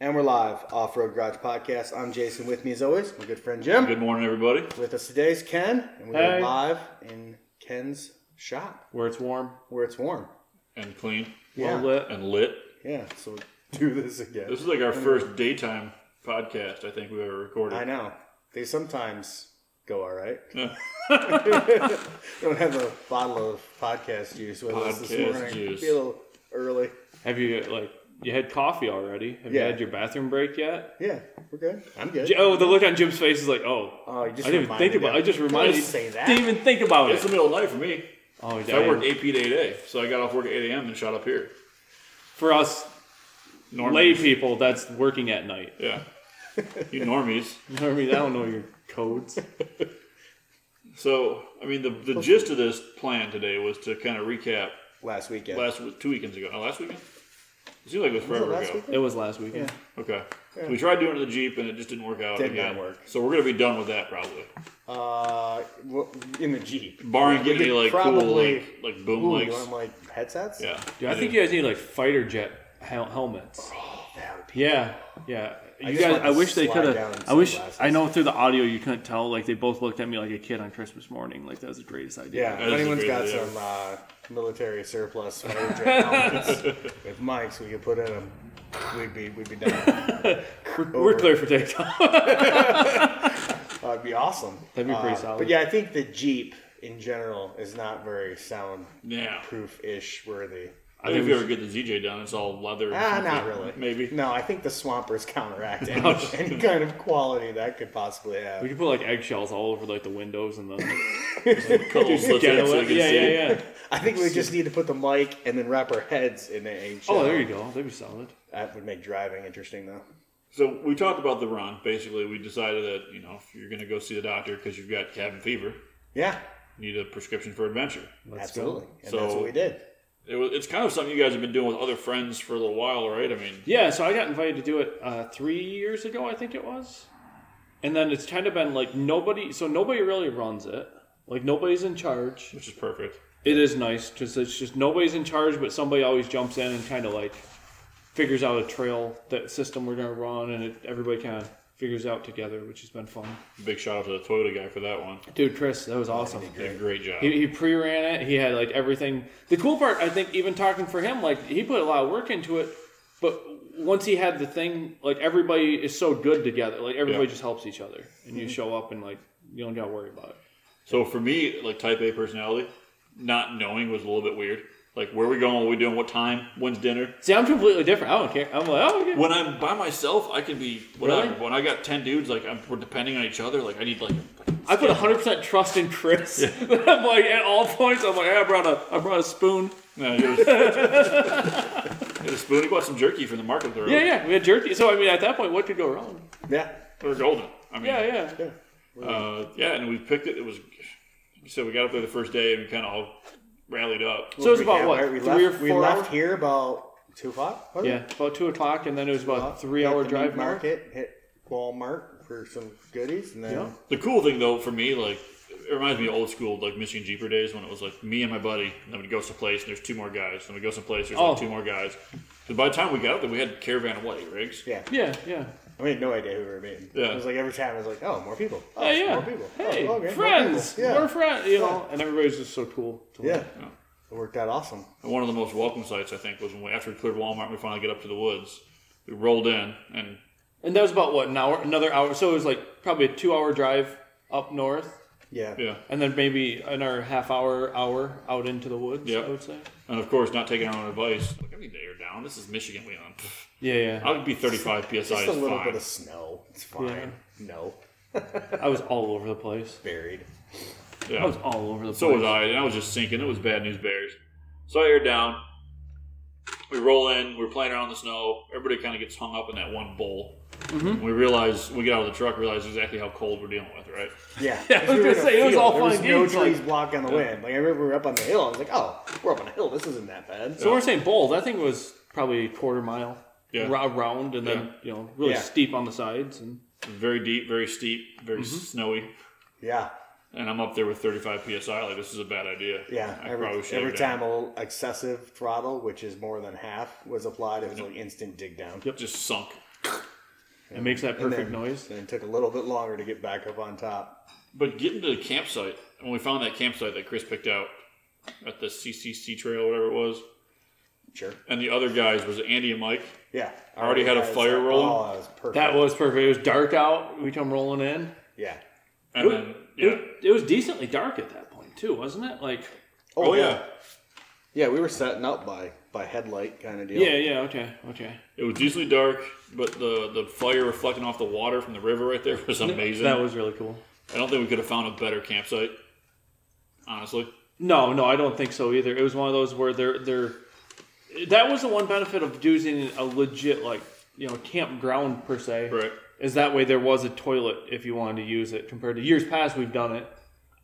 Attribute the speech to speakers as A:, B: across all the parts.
A: And we're live, Off Road Garage Podcast. I'm Jason. With me, as always, my good friend Jim.
B: Good morning, everybody.
A: With us today is Ken, and we're
C: Hey.
A: live in Ken's shop
C: where it's warm,
A: where it's warm.
B: And clean
A: Yeah,
C: well lit.
B: and lit.
A: yeah. So we'll do this again.
B: This is like our first daytime podcast I think we've ever recorded.
A: I know they sometimes go all right.
B: Yeah.
A: Don't have a bottle of podcast juice with us this
B: Podcast
A: morning.
B: juice.
A: Be a little early.
C: Have you like you had coffee already? Have
A: Yeah.
C: you had your bathroom break yet?
A: Yeah, we're good. I'm good.
C: J- Oh, the look on Jim's face is like, oh,
A: Oh, you just
C: I didn't even
A: reminded
C: think about.
A: me.
C: I just
A: Don't
C: reminded you.
A: say that.
C: Didn't even think about
B: It's the
C: it.
B: middle of the night for me.
C: Oh,
B: So I
C: yeah.
B: worked 8 p to 8 a. So I got off work at 8 a.m. and shot up here.
C: For us lay
B: Normies.
C: people, that's working at night.
B: Yeah. you normies.
C: You know what I mean? I don't know your codes.
B: So, I mean, the, the gist of this plan today was to kind of recap
A: Last weekend.
B: last w- two weekends ago. No, last weekend? It seemed like it was
A: Was it
B: forever
A: last
B: ago.
A: weekend?
C: It was last weekend.
A: Yeah.
B: Okay. So we tried doing it to the Jeep and it just didn't work out.
A: Did not
B: again.
A: work.
B: So we're going to be done with that probably.
A: Uh, well, in the Jeep.
B: Barring
A: We
B: getting
A: could
B: any like cool
A: probably-
B: like, like boom
A: Ooh, you
B: legs.
A: want like headsets?
B: Yeah.
C: Dude, I think you guys need like fighter jet hel- helmets.
A: That would be
C: Yeah, yeah. You
A: just
C: guys,
A: want to
C: I wish they
A: slide
C: could
A: down
C: have. I wish
A: sunglasses.
C: I know through the audio you couldn't tell. Like they both looked at me like a kid on Christmas morning. Like that was the greatest idea.
A: Yeah,
B: That
A: if
B: is a
A: anyone's
B: great
A: got
B: idea.
A: some uh, military surplus fire jet helmets with mics, we could put in them. We'd be we'd be done.
C: We're, we're clear for takeoff.
A: Uh, it'd be awesome.
C: That'd be pretty
A: Uh,
C: solid.
A: But yeah, I think the Jeep in general is not very soundproof
B: Yeah.
A: ish worthy.
B: I think if you ever get the ZJ done, it's all leather. or
A: Ah,
B: something,
A: not really.
B: Maybe.
A: No, I think the Swampers counteract any, any kind of quality that could possibly
C: We
A: have.
C: could put like eggshells all over like the windows and the
B: Couple slips in it so they can
C: yeah,
B: see.
C: yeah, yeah.
A: I think we just need to put the mic and then wrap our heads in a
C: Oh, there you go. That'd be solid.
A: That would make driving interesting though.
B: So we talked about the run. Basically, we decided that you know if you're going to go see the doctor because you've got cabin fever,
A: Yeah,
B: you need a prescription for adventure.
C: Let's
A: absolutely.
C: go.
A: And
B: So-
A: that's what we did.
B: It was, it's kind of something you guys have been doing with other friends for a little while, right? I mean,
C: Yeah, so I got invited to do it uh, three years ago, I think it was, and then it's kind of been like nobody. So nobody really runs it. Like nobody's in charge.
B: which is perfect.
C: It is nice because it's just nobody's in charge, but somebody always jumps in and kind of like figures out a trail that system we're gonna run, and it, everybody kind of figures out together, which has been fun.
B: Big shout out to the Toyota guy for that one.
C: Dude, Chris, that was awesome.
B: Did a great job.
C: He, he pre-ran it. He had like everything. The cool part, I think, even talking for him, like he put a lot of work into it. But once he had the thing, like everybody is so good together. Like everybody
B: Yeah.
C: just helps each other, and you show up and like you don't got to worry about it.
B: So for me, like type A personality, not knowing was a little bit weird. Like where are we going? What are we doing? What time? When's dinner?
C: See, I'm completely different. I don't care. I'm like, oh, okay.
B: When I'm by myself, I can be whatever.
C: Really?
B: When I got ten dudes, like I'm, we're depending on each other. Like I need like
C: I put 100 percent trust in Chris. I'm like at all points. I'm like, hey, I brought a, I brought a spoon.
B: no, you had a spoon. You bought some jerky from the market. up the road.
C: Yeah, yeah. We had jerky. So I mean, at that point, what could go wrong?
A: Yeah.
B: They're golden. I mean,
C: Yeah, yeah.
A: Yeah.
B: yeah. Uh, yeah, and we picked it. It was so we got up there the first day and we kind of all rallied up.
C: So it was
A: We
C: about
A: can't-
C: what
A: right, we
C: three
A: left,
C: or four
A: We
C: hours?
A: left here about two o'clock. was it?
C: Yeah, about two o'clock, and then it was about a
A: Hit
C: three-hour
A: the
C: drive.
A: meat
C: north.
A: market. Hit Walmart for some goodies, and then
C: Yeah.
B: The cool thing though for me, like it reminds me of old school like Michigan Jeeper days when it was like me and my buddy, and then we'd go someplace and there's two more guys, and we go someplace there's
C: Oh.
B: like two more guys. And by the time we got up there, we had a caravan of what eight rigs.
A: yeah,
C: Yeah, yeah.
A: I mean, no idea who we were meeting.
B: Yeah.
A: It was like every time I was like, oh, more people. Oh,
C: Oh yeah.
A: more people. Oh, okay,
C: Hey,
A: more
C: friends.
A: people. Yeah,
C: We're friends. You know, and everybody's just so cool. To
A: yeah.
C: work.
A: It worked out awesome.
B: And one of the most welcome sights, I think, was when we, after we cleared Walmart, and we finally get up to the woods. We rolled in, and
C: And that was about what an hour, another hour. So it was like probably a two-hour drive up north,
A: Yeah.
B: yeah,
C: and then maybe another half-hour, hour out into the woods.
B: Yep.
C: I would say.
B: and of course, not taking our own advice. Like, I need to air down. This is Michigan. We on. Pff,
C: Yeah, yeah.
B: I would be 35 psi.
A: Just
B: is
A: a little
B: fine.
A: bit of snow. It's fine.
C: Yeah.
A: No,
C: I was all over the place.
A: buried.
C: I was
B: yeah.
C: all over the place.
B: So was I, and I was just sinking. It was bad news bears. So I aired down. We roll in. We're playing around in the snow. Everybody kind of gets hung up in that one bowl.
A: Mm-hmm.
B: We realize we get out of the truck, realize exactly how cold we're dealing with, right?
A: Yeah,
C: Yeah, I was
A: We were
C: gonna
A: in a
C: say, it was
A: field.
C: all
A: there
C: fun
A: was
C: and
A: No
C: games, like-
A: trees blocking the wind. Like I remember we were up on the hill. I was like, "Oh, we're up on a hill. This isn't that bad."
C: So we're saying bold. That thing was probably a quarter mile
B: Yeah.
C: ra- round, and then you know really
A: Yeah.
C: steep on the sides. And
B: Very deep, very steep, very
A: Mm-hmm.
B: snowy.
A: yeah,
B: and I'm up there with 35 psi. Like this is a bad idea.
A: yeah.
B: I
A: every
B: probably should
A: every
B: have done
A: time a little excessive throttle, which is more than half, was applied, it was like instant dig down.
B: it. just sunk.
C: It makes that
A: And
C: perfect
A: then-
C: noise.
A: And it took a little bit longer to get back up on top.
B: But getting to the campsite, when we found that campsite that Chris picked out at the CCC trail, or whatever it was,
A: Sure.
B: and the other guys was Andy and Mike.
A: Yeah. I
B: Already had a fire rolling?
A: Oh, that was perfect.
C: That was perfect. It was dark out. We come rolling in.
A: Yeah.
B: And
C: It-
B: then, yeah.
C: It, it was decently dark at that point too, wasn't it? Like,
B: Oh, yeah.
A: Yeah, we were setting up by by headlight kind of deal.
C: yeah, yeah, okay, okay.
B: It was decently dark, but the, the fire reflecting off the water from the river right there was amazing.
C: That was really cool.
B: I don't think we could have found a better campsite, honestly.
C: No, no, I don't think so either. It was one of those where they're they're. That was the one benefit of using a legit like you know campground per se.
B: Right.
C: Is that way there was a toilet if you wanted to use it compared to years past we've done it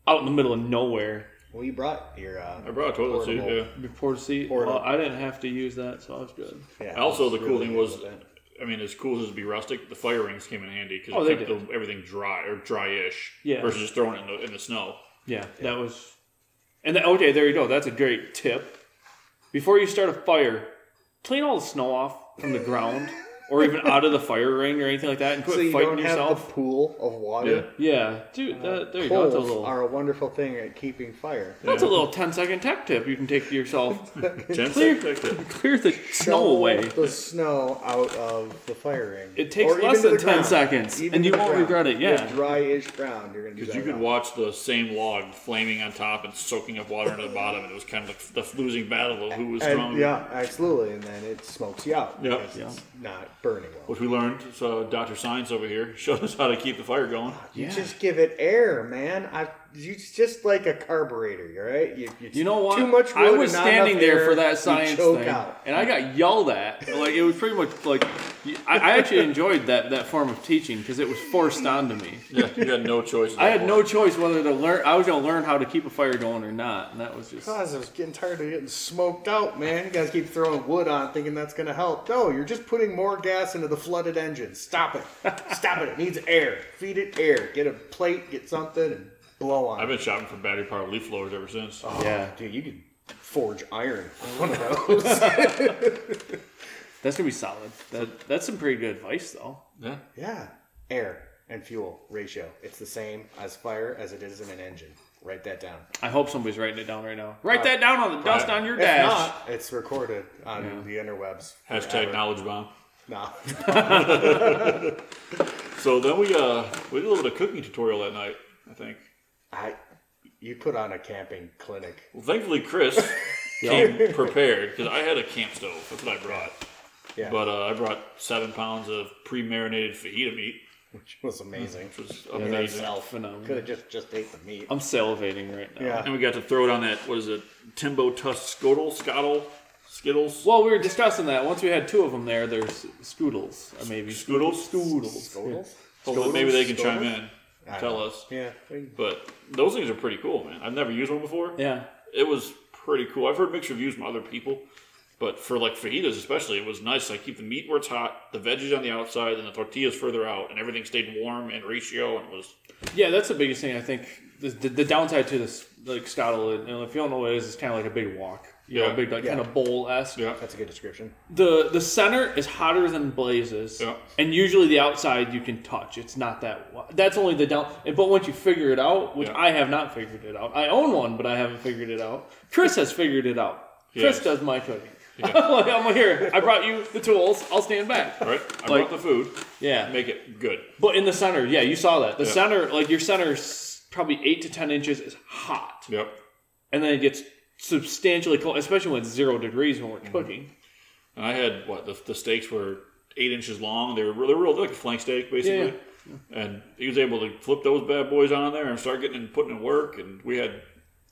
C: out in the middle of nowhere.
A: Well, you brought your. Uh,
B: I brought a toilet seat,
A: Portable.
B: yeah.
C: Before the seat,
A: Portal.
C: well, I didn't have to use that, so I was good.
A: yeah,
B: Also,
A: that's
B: the cool
A: really
B: thing
A: good
B: was,
A: with that.
B: I mean, as cool as it'd be rustic, the fire rings came in handy because
C: Oh, they
B: it kept the, everything dry or dryish
C: Yeah.
B: versus just throwing it in the, in the snow.
C: Yeah, that was. And the, okay, there you go. That's a great tip. Before you start a fire, clean all the snow off from the ground, or even out of the fire ring or anything like that, and quit
A: So you
C: fighting
A: don't have
C: yourself.
A: the pool of water.
C: Yeah, dude, that, there you go.
A: Poles
C: That's a little.
A: are a wonderful thing at keeping fire.
C: That's a little 10 second tech tip you can take to yourself.
B: Ten
C: Clear,
B: seconds.
C: clear the snow
A: Shovel
C: away.
A: The snow out of the fire ring.
C: It takes
A: Or even
C: less
A: to
C: than
A: the
C: 10
A: ground.
C: seconds, and
A: to
C: you
A: the
C: won't
A: ground.
C: regret it, yeah.
A: The dry-ish ground. You're gonna do that.
B: Because you could
A: now.
B: watch the same log flaming on top and soaking up water into the bottom, and it was kind of like the losing battle of who was
A: And,
B: stronger.
A: yeah, absolutely. And then it smokes you out.
B: Yeah.
A: because It's not burning well.
B: Which we learned. So Dr. Science over here showed us how to keep the fire going.
A: You
C: Yeah.
A: just give it air, man. I, you it's just like a carburetor, all right? You, you,
C: You know what?
A: Too much wood
C: I was
A: and not
C: standing
A: enough
C: there
A: air,
C: for that
A: you
C: science
A: choke
C: thing,
A: out.
C: and I got yelled at. Like it was pretty much like I, I actually enjoyed that that form of teaching because it was forced onto me.
B: Yeah, you had no choice. at
C: I
B: that
C: had
B: point.
C: no choice whether to learn. I was going to learn how to keep a fire going or not, and that was just.
A: Guys, I was getting tired of getting smoked out, man. You guys keep throwing wood on, thinking that's gonna help. No, you're just putting more gas into the flooded engine. Stop it! Stop it! It needs air. Feed it air. Get a plate. Get something and blow on.
B: I've
A: it.
B: been shopping for battery powered leaf blowers ever since.
C: Yeah,
A: Dude, you could forge iron with one of those.
C: that's gonna be solid. That, that's some pretty good advice, though.
B: Yeah.
A: yeah, air and fuel ratio. It's the same as fire as it is in an engine. Write that down.
C: I hope somebody's writing it down right now. Write that down on the dust on your
A: If
C: dash.
A: not, it's recorded on the interwebs.
B: Hashtag knowledge bomb.
A: Nah.
B: So then we uh we did a little bit of cooking tutorial that night, I think.
A: I, you put on a camping clinic.
B: Well, thankfully Chris came prepared because I had a camp stove. That's what I brought.
A: Yeah,
B: But uh, I brought seven pounds of pre-marinated fajita meat,
A: which was amazing.
B: which was amazing.
C: Phenomenal.
A: Could have just just ate the meat.
C: I'm salivating right now.
A: Yeah.
B: and we got to throw it on that what is it? Timbo Tusk Scottle Scottle Skittles
C: Well, we were discussing that. Once we had two of them there, there's scoodles, or maybe
B: Scoodles?
C: scoodles.
A: Scoodles?
B: Hopefully, maybe they can
A: Scoodles?
B: chime in,
A: I
B: tell
A: don't know.
B: us.
A: Yeah. we-
B: But those things are pretty cool, man. I've never used one before.
C: Yeah.
B: it was pretty cool. I've heard mixed reviews from other people, but for like fajitas especially, it was nice. Like keep the meat where it's hot, the veggies on the outside, and the tortillas further out, and everything stayed warm and ratio and was
C: Yeah, that's the biggest thing I think. The, the, the downside to this, like Scottle, and if you don't know what it is, it's kind of like a big wok. You know,
B: Yeah.
C: a big like
A: Yeah.
C: kind of bowl esque.
A: That's a good description.
C: The the center is hotter than blazes,
B: Yeah.
C: and usually the outside you can touch. It's not that. wa- That's only the down. and- But once you figure it out, which
B: Yeah.
C: I have not figured it out. I own one, but I haven't figured it out. Chris has figured it out. Chris
B: Yes.
C: does my cooking. Like, I'm here. I brought you the tools. I'll stand back.
B: all right. I
C: Like-
B: brought the food,
C: Yeah.
B: make it good.
C: But in the center, yeah, you saw that. The
B: Yeah.
C: center, like your center, is probably eight to ten inches is hot,
B: Yep.
C: and then it gets substantially cold, especially when it's zero degrees when we're
B: Mm.
C: cooking.
B: And I had what the, the steaks were eight inches long. They were really real like a flank steak basically. And he was able to flip those bad boys on there and start getting and putting in work. And we had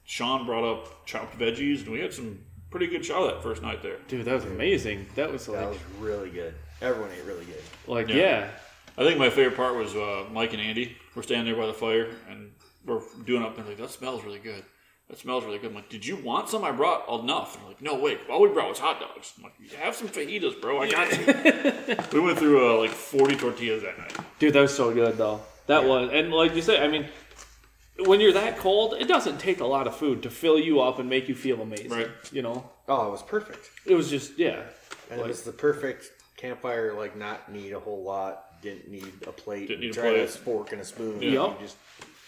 B: Sean brought up chopped veggies, and we had some pretty good chow that first night there.
C: Dude, that was amazing. That was like,
A: That was really good. Everyone ate really good.
C: like yeah.
B: Yeah. I think my favorite part was uh, Mike and Andy. We're standing there by the fire and we're doing up. And they're like, "That smells really good. That smells really good." I'm like, "Did you want some? I brought enough." And they're like, "No, wait. All we brought was hot dogs." I'm like, "Have some fajitas, bro. I got you." we went through uh, like 40 tortillas that night.
C: dude, that was so good though. That was, and like you say, I mean, when you're that cold, it doesn't take a lot of food to fill you up and make you feel amazing.
B: Right.
C: You know,
A: Oh, it was perfect.
C: it was just yeah,
A: And it was the perfect campfire like not need a whole lot. Didn't need a plate.
B: Didn't need a
A: tried
B: plate.
A: fork and a spoon.
B: Yeah.
A: You just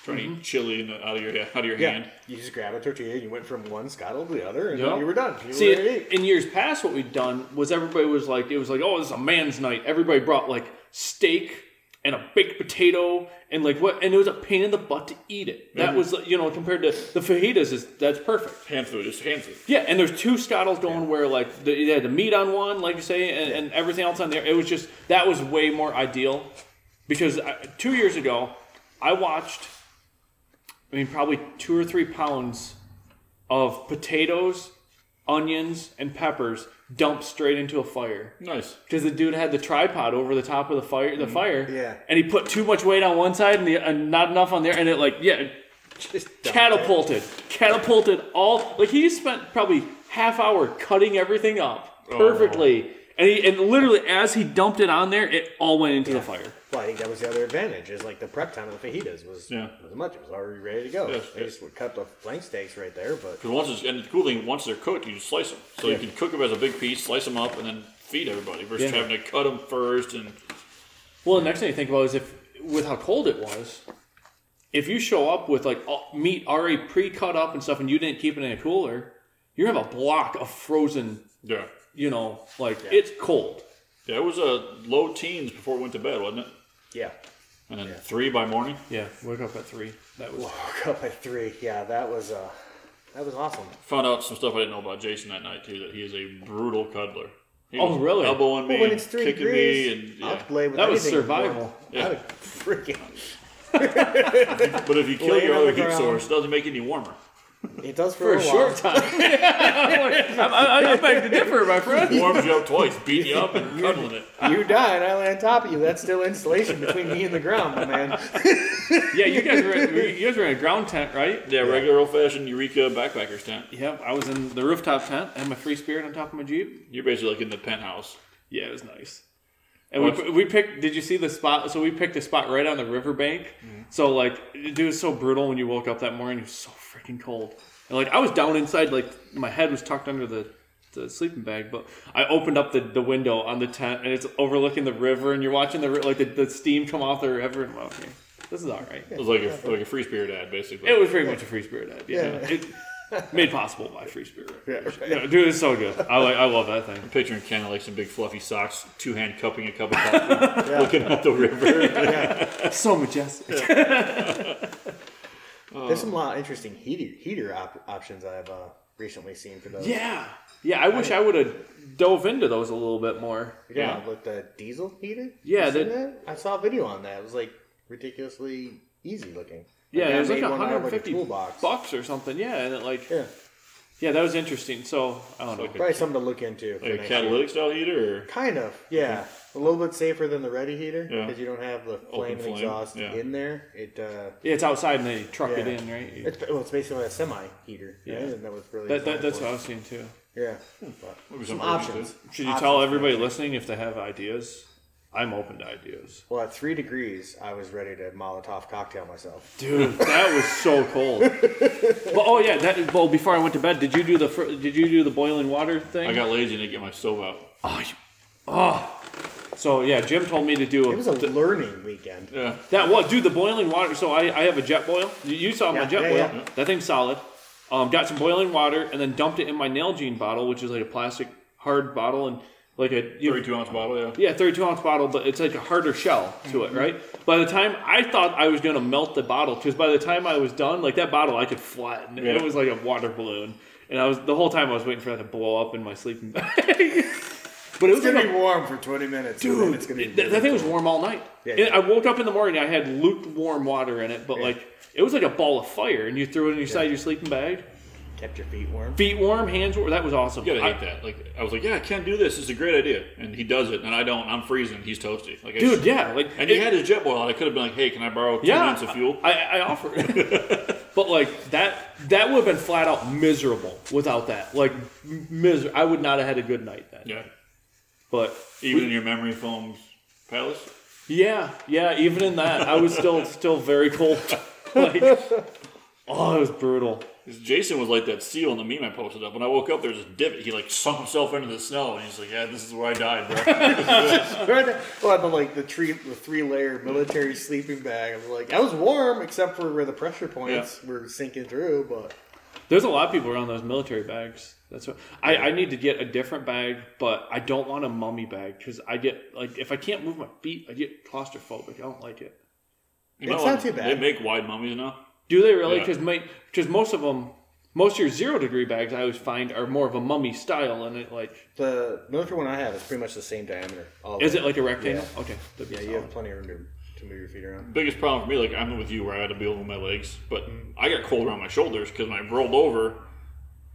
B: Trying to eat chili in the, out of your out of your
A: yeah.
B: hand.
A: You just grab a tortilla and you went from one scuttle to the other, and
C: Yeah.
A: you were done. You
C: See,
A: were ready to eat.
C: in years past, what we'd done was everybody was like, it was like, oh, this is a man's night. Everybody brought like steak and a baked potato and like what, and it was a pain in the butt to eat it.
A: Mm-hmm.
C: That was you know compared to the fajitas is that's perfect.
B: Hand food. It's hand food.
C: Yeah, and there's two scottles going where like the, they had the meat on one, like you say, and, and everything else on there. It was just that was way more ideal because I, two years ago, I watched, I mean, probably two or three pounds of potatoes, onions, and peppers dumped straight into a fire
B: Nice.
C: because the dude had the tripod over the top of the fire, the fire,
A: Mm, Yeah.
C: and he put too much weight on one side and, the, and not enough on there, and it like yeah. it
A: Just dumped it.
C: catapulted, catapulted all like he spent probably half hour cutting everything up
A: Oh.
C: perfectly, and he and literally as he dumped it on there, it all went into the fire.
A: Well, I think that was the other advantage is like the prep time of the fajitas was
B: Yeah.
A: was much. It was already ready to go.
B: Yes,
A: they
B: yes.
A: just would cut the flank steaks right there, but
B: Because once it's, and the cool thing, once they're cooked, you just slice them. So you can cook them as a big piece, slice them up, and then feed everybody versus
C: Yeah.
B: having to cut them first. And
C: Well, the next thing you think about is if with how cold it was, if you show up with like all- meat already pre-cut up and stuff, and you didn't keep it in a cooler, you're gonna have a block of frozen.
B: yeah,
C: You know, like it's cold.
B: yeah, it was a low teens before we went to bed, wasn't it?
A: yeah.
B: And then three by morning.
C: Yeah, wake up at three. That was
A: Woke up at three. Yeah, that was uh that was awesome.
B: Found out some stuff I didn't know about Jason that night too. That he is a brutal cuddler. He
C: Oh,
B: was
C: really?
B: Elbowing me,
A: But when
B: and
A: it's three
B: kicking
A: degrees,
B: me, and
A: I'll
B: yeah.
A: play with
C: That was
A: anything warm.
C: survival.
B: Yeah.
A: I would freaking.
B: But if you kill
A: Laying
B: your
A: on
B: other
A: the
B: heat
A: ground.
B: source, it doesn't make it any warmer.
A: It does for,
C: for
A: a,
C: a short
A: while.
C: time. I'm, I'm, I'm back to differ, my friend.
B: It warms you up twice, beating you up and cuddling it.
A: You die and I land on top of you. That's still insulation between me and the ground, my man.
C: Yeah, you guys were you guys were in a ground tent, right?
B: Yeah, regular old fashioned Eureka backpackers tent.
C: Yep, I was in the rooftop tent. I had my free spirit on top of my jeep.
B: You're basically like in the penthouse.
C: Yeah, it was nice. And we, we picked. Did you see the spot? So we picked a spot right on the riverbank.
A: Mm-hmm.
C: So like, dude, it was so brutal when you woke up that morning. It was so freaking cold. And like, I was down inside. Like, my head was tucked under the, the sleeping bag. But I opened up the, the window on the tent, and it's overlooking the river. And you're watching the ri- like the, the steam come off the river. And I'm like, okay, this is all right.
B: It was like a, like a free spirit ad, basically.
C: It was pretty much a free spirit ad. Yeah,
A: Yeah.
C: it made possible by free spirit.
A: Yeah, right.
C: Yeah, dude, it's so good. I like, I love that thing.
B: picturing Ken in, like some big fluffy socks, two hand cupping a cup of coffee, looking at the river.
C: So majestic.
A: There's some lot of interesting heater heater op- options I've uh, recently seen for those.
C: Yeah, yeah. I wish I would have dove into those a little bit more.
A: Yeah,
B: Yeah.
A: with the diesel heater.
C: Yeah,
A: You seen
C: that-
A: that? I saw a video on that. It was like ridiculously easy looking.
C: Yeah,
A: guy
C: it was like
A: made one out of,
C: 150
A: a toolbox.
C: bucks or something. Yeah, and it like
A: Yeah,
C: yeah, that was interesting. So I don't know.
A: probably something to look into. for
B: Like a
A: next year.
B: catalytic style heater? Or?
A: Kind of, yeah. A little bit safer than the ready heater
B: Yeah.
A: because you don't have the flame and
B: flame,
A: exhaust
B: yeah.
A: in there. It uh,
C: Yeah, it's outside and they truck it
A: Yeah.
C: in, right?
A: it's, well, it's basically a semi heater. Yeah,
C: Yeah.
A: and that was really
C: that, that,
A: designed
C: that's Hmm.
A: for
C: what I
A: it.
C: was seeing too.
A: yeah.
B: Maybe
A: But some
B: something
A: options.
C: Should you tell
A: Options.
C: everybody listening if they have ideas? I'm open to ideas.
A: Well, at three degrees, I was ready to Molotov cocktail myself.
C: Dude, that was so cold. But oh yeah, that well before I went to bed, did you do the fir- did you do the boiling water thing?
B: I got lazy and didn't get my stove out.
C: oh, you- oh. So yeah, Jim told me to do
A: It was a
C: th-
A: learning weekend.
B: Yeah.
C: that was dude the boiling water. So I, I have a jet boil. You, you saw my
A: Yeah,
C: jet
A: yeah,
C: boil.
A: yeah.
C: That thing's solid. Um, got some boiling water and then dumped it in my Nalgene bottle, which is like a plastic hard bottle and like a you-
B: 32 ounce bottle, yeah.
C: yeah, 32 ounce bottle, but it's like a harder shell to
A: Mm-hmm.
C: it, right? By the time I thought I was gonna melt the bottle, because by the time I was done, like that bottle I could flatten. and It
B: Yeah.
C: was like a water balloon, and I was the whole time I was waiting for that to blow up in my sleeping bag. but it was
A: It's gonna
C: like
A: be
C: a,
A: warm for 20 minutes, and then
C: dude,
A: It's gonna be
C: it- that, that thing was warm all night.
A: Yeah,
C: And
A: yeah.
C: I woke up in the morning, I had lukewarm water in it, but like it was like a ball of fire, and you threw it inside your sleeping bag.
A: kept your feet warm.
C: Feet warm, hands warm. That was awesome.
B: You gotta
C: I-
B: hate that. Like, I was like, yeah, I can do this. It's a great idea. And he does it, and I don't. I'm freezing. He's toasty. Like, I
C: dude,
B: just-
C: yeah, like
B: And
C: it-
B: he had his jet boil out. I could have been like, hey, can I borrow two
C: yeah,
B: minutes of fuel?
C: I, I offered, but like that that would have been flat out miserable without that. Like m- miser, I would not have had a good night then.
B: yeah.
C: But
B: Even in your memory foam palace?
C: yeah, yeah, even in that, I was still still very cold. like, oh, it was brutal.
B: 'Cause Jason was like that seal in the meme I posted up. When I woke up, there was a divot. He like sunk himself into the snow, and he's like, "Yeah, this is where I died, bro."
A: Well, the like the three the three layer military sleeping bag. I was like, I was warm except for where the pressure points were sinking through, but
C: There's a lot of people around those military bags. That's what I, I need to get a different bag, but I don't want a mummy bag because I get like if I can't move my feet, I get claustrophobic. I don't like it.
B: You
A: It's
B: know,
A: not too bad.
B: They make wide mummies now.
C: Do they really?
B: Yeah.
C: Because because most of them, most of your zero degree bags, I always find are more of a mummy style, and it like
A: the military one I have is pretty much the same diameter. all the
C: is it
A: way.
C: like a rectangle? Okay, that'd be
A: Yeah, you
C: solid.
A: have plenty of room to, to move your feet around.
B: biggest problem for me, like I'm with you, where I had to be over my legs, but I got cold around my shoulders because when I rolled over,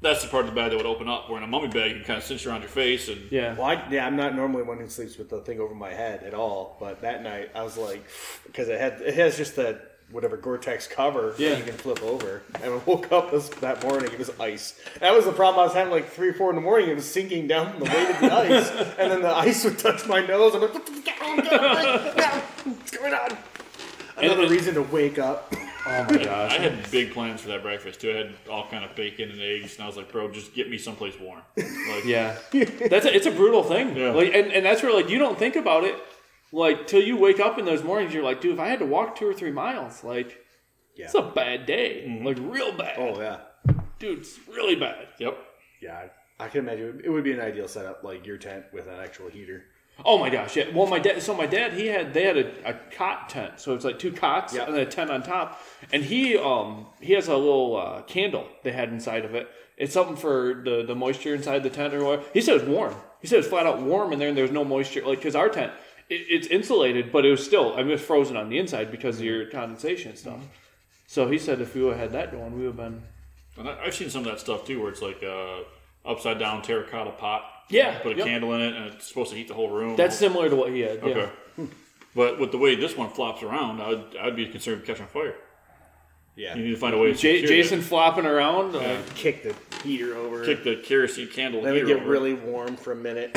B: that's the part of the bag that would open up. Where in a mummy bag, you can kind of cinch around your face, and
C: yeah.
A: Well, I, yeah, I'm not normally one who sleeps with the thing over my head at all, but that night I was like, because it had it has just that whatever Gore-Tex cover
C: Yeah.
A: that you can flip over. And I woke up this, that morning, it was ice. That was the problem I was having like three, four in the morning. It was sinking down from the weight of the ice, and then the ice would touch my nose. I'm like, what the fuck? Oh, God, no, what's going on? Another
C: and-
A: reason to wake up.
C: Oh my gosh.
B: I had big plans for that breakfast too. I had all kind of bacon and eggs, and I was like, bro, just get me someplace warm. Like,
C: Yeah, that's a, it's a brutal thing.
B: Yeah.
C: Like, and, and that's where like you don't think about it, like till you wake up in those mornings. You're like, dude, if I had to walk two or three miles, like,
A: Yeah.
C: it's a bad day, like real bad,
A: Oh yeah.
C: dude, it's really bad.
B: Yep.
A: Yeah, I, I can imagine it would- it would be an ideal setup, like your tent with an actual heater.
C: Oh my gosh, yeah. Well, my dad, so my dad, he had they had a, a cot tent, so it's like two cots
A: Yeah.
C: and then a tent on top, and he um he has a little uh, candle they had inside of it. It's something for the the moisture inside the tent or whatever. He said it's warm. He said it's flat out warm in there, and there's no moisture. Like because our tent, it, it's insulated, but it was still I mean it's frozen on the inside because of your
B: Mm-hmm.
C: condensation and stuff. So he said if we would have had that going, we would have been
B: And I, I've seen some of that stuff too, where it's like uh, upside down terracotta pot.
C: Yeah,
B: Put a
C: yep.
B: candle in it, and it's supposed to heat the whole room.
C: that's similar to what he had.
B: okay.
C: Yeah. Hmm.
B: But with the way this one flops around, I'd, I'd be concerned with catching fire.
A: Yeah,
B: You need to find a way to
C: J-
B: secure
C: Jason
B: that.
C: flopping around. uh, like,
A: kick the heater over.
B: kick the kerosene candle.
A: then we
B: heater
A: get
B: over.
A: really warm for a minute.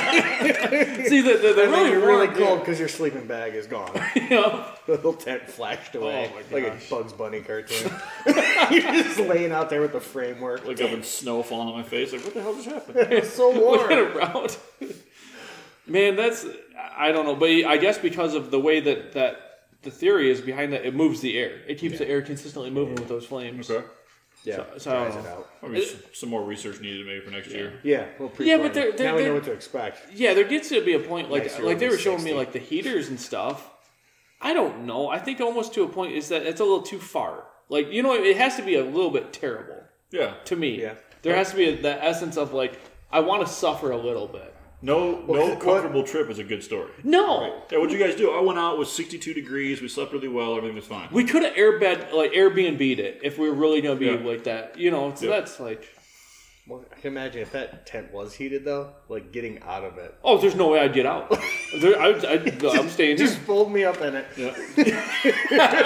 C: see, the, the, the
A: and then
C: really,
A: you're really
C: really cool.
A: cold because your sleeping bag is gone.
C: You know?
A: the little tent flashed away
C: Oh my
A: like a
C: gosh.
A: Bugs Bunny cartoon. you're just laying out there with the framework.
B: Like up in snow falling on my face. Like, what the hell just happened?
A: It's so
C: What a
A: warm.
C: route. Man, that's I don't know, but I guess because of the way that that the theory is behind that, it moves the air. It keeps the air consistently moving with those flames.
B: okay.
A: Yeah,
C: So- so-
A: dries it out.
B: Probably s- some more research needed maybe for next year.
A: Yeah, well,
C: Yeah, but they're- they're-
A: now we
C: they're-
A: know what to expect.
C: Yeah, there gets to be a point like
A: Next year
C: like they
A: it'll
C: were
A: be
C: showing me
A: 60.
C: like the heaters and stuff. I don't know. I think almost to a point is that it's a little too far. Like you know, it has to be a little bit terrible
B: Yeah.
C: to me.
A: Yeah.
C: There has to be a, the essence of like I want to suffer a little bit.
B: No, no
A: Well, what-
B: comfortable trip is a good story.
C: No.
B: Yeah, what'd you guys do? I went out with 62 degrees. We slept really well. Everything was fine.
C: We could have airbed like Airbnb'd it if we were really gonna be
B: Yeah.
C: like that, you know. So
B: Yeah.
C: that's like,
A: Well, I can imagine if that tent was heated though, like getting out of it.
C: oh, there's no way I'd get out. there, I, I, I'm staying
A: Just
C: here.
A: fold me up in it.
B: Yeah.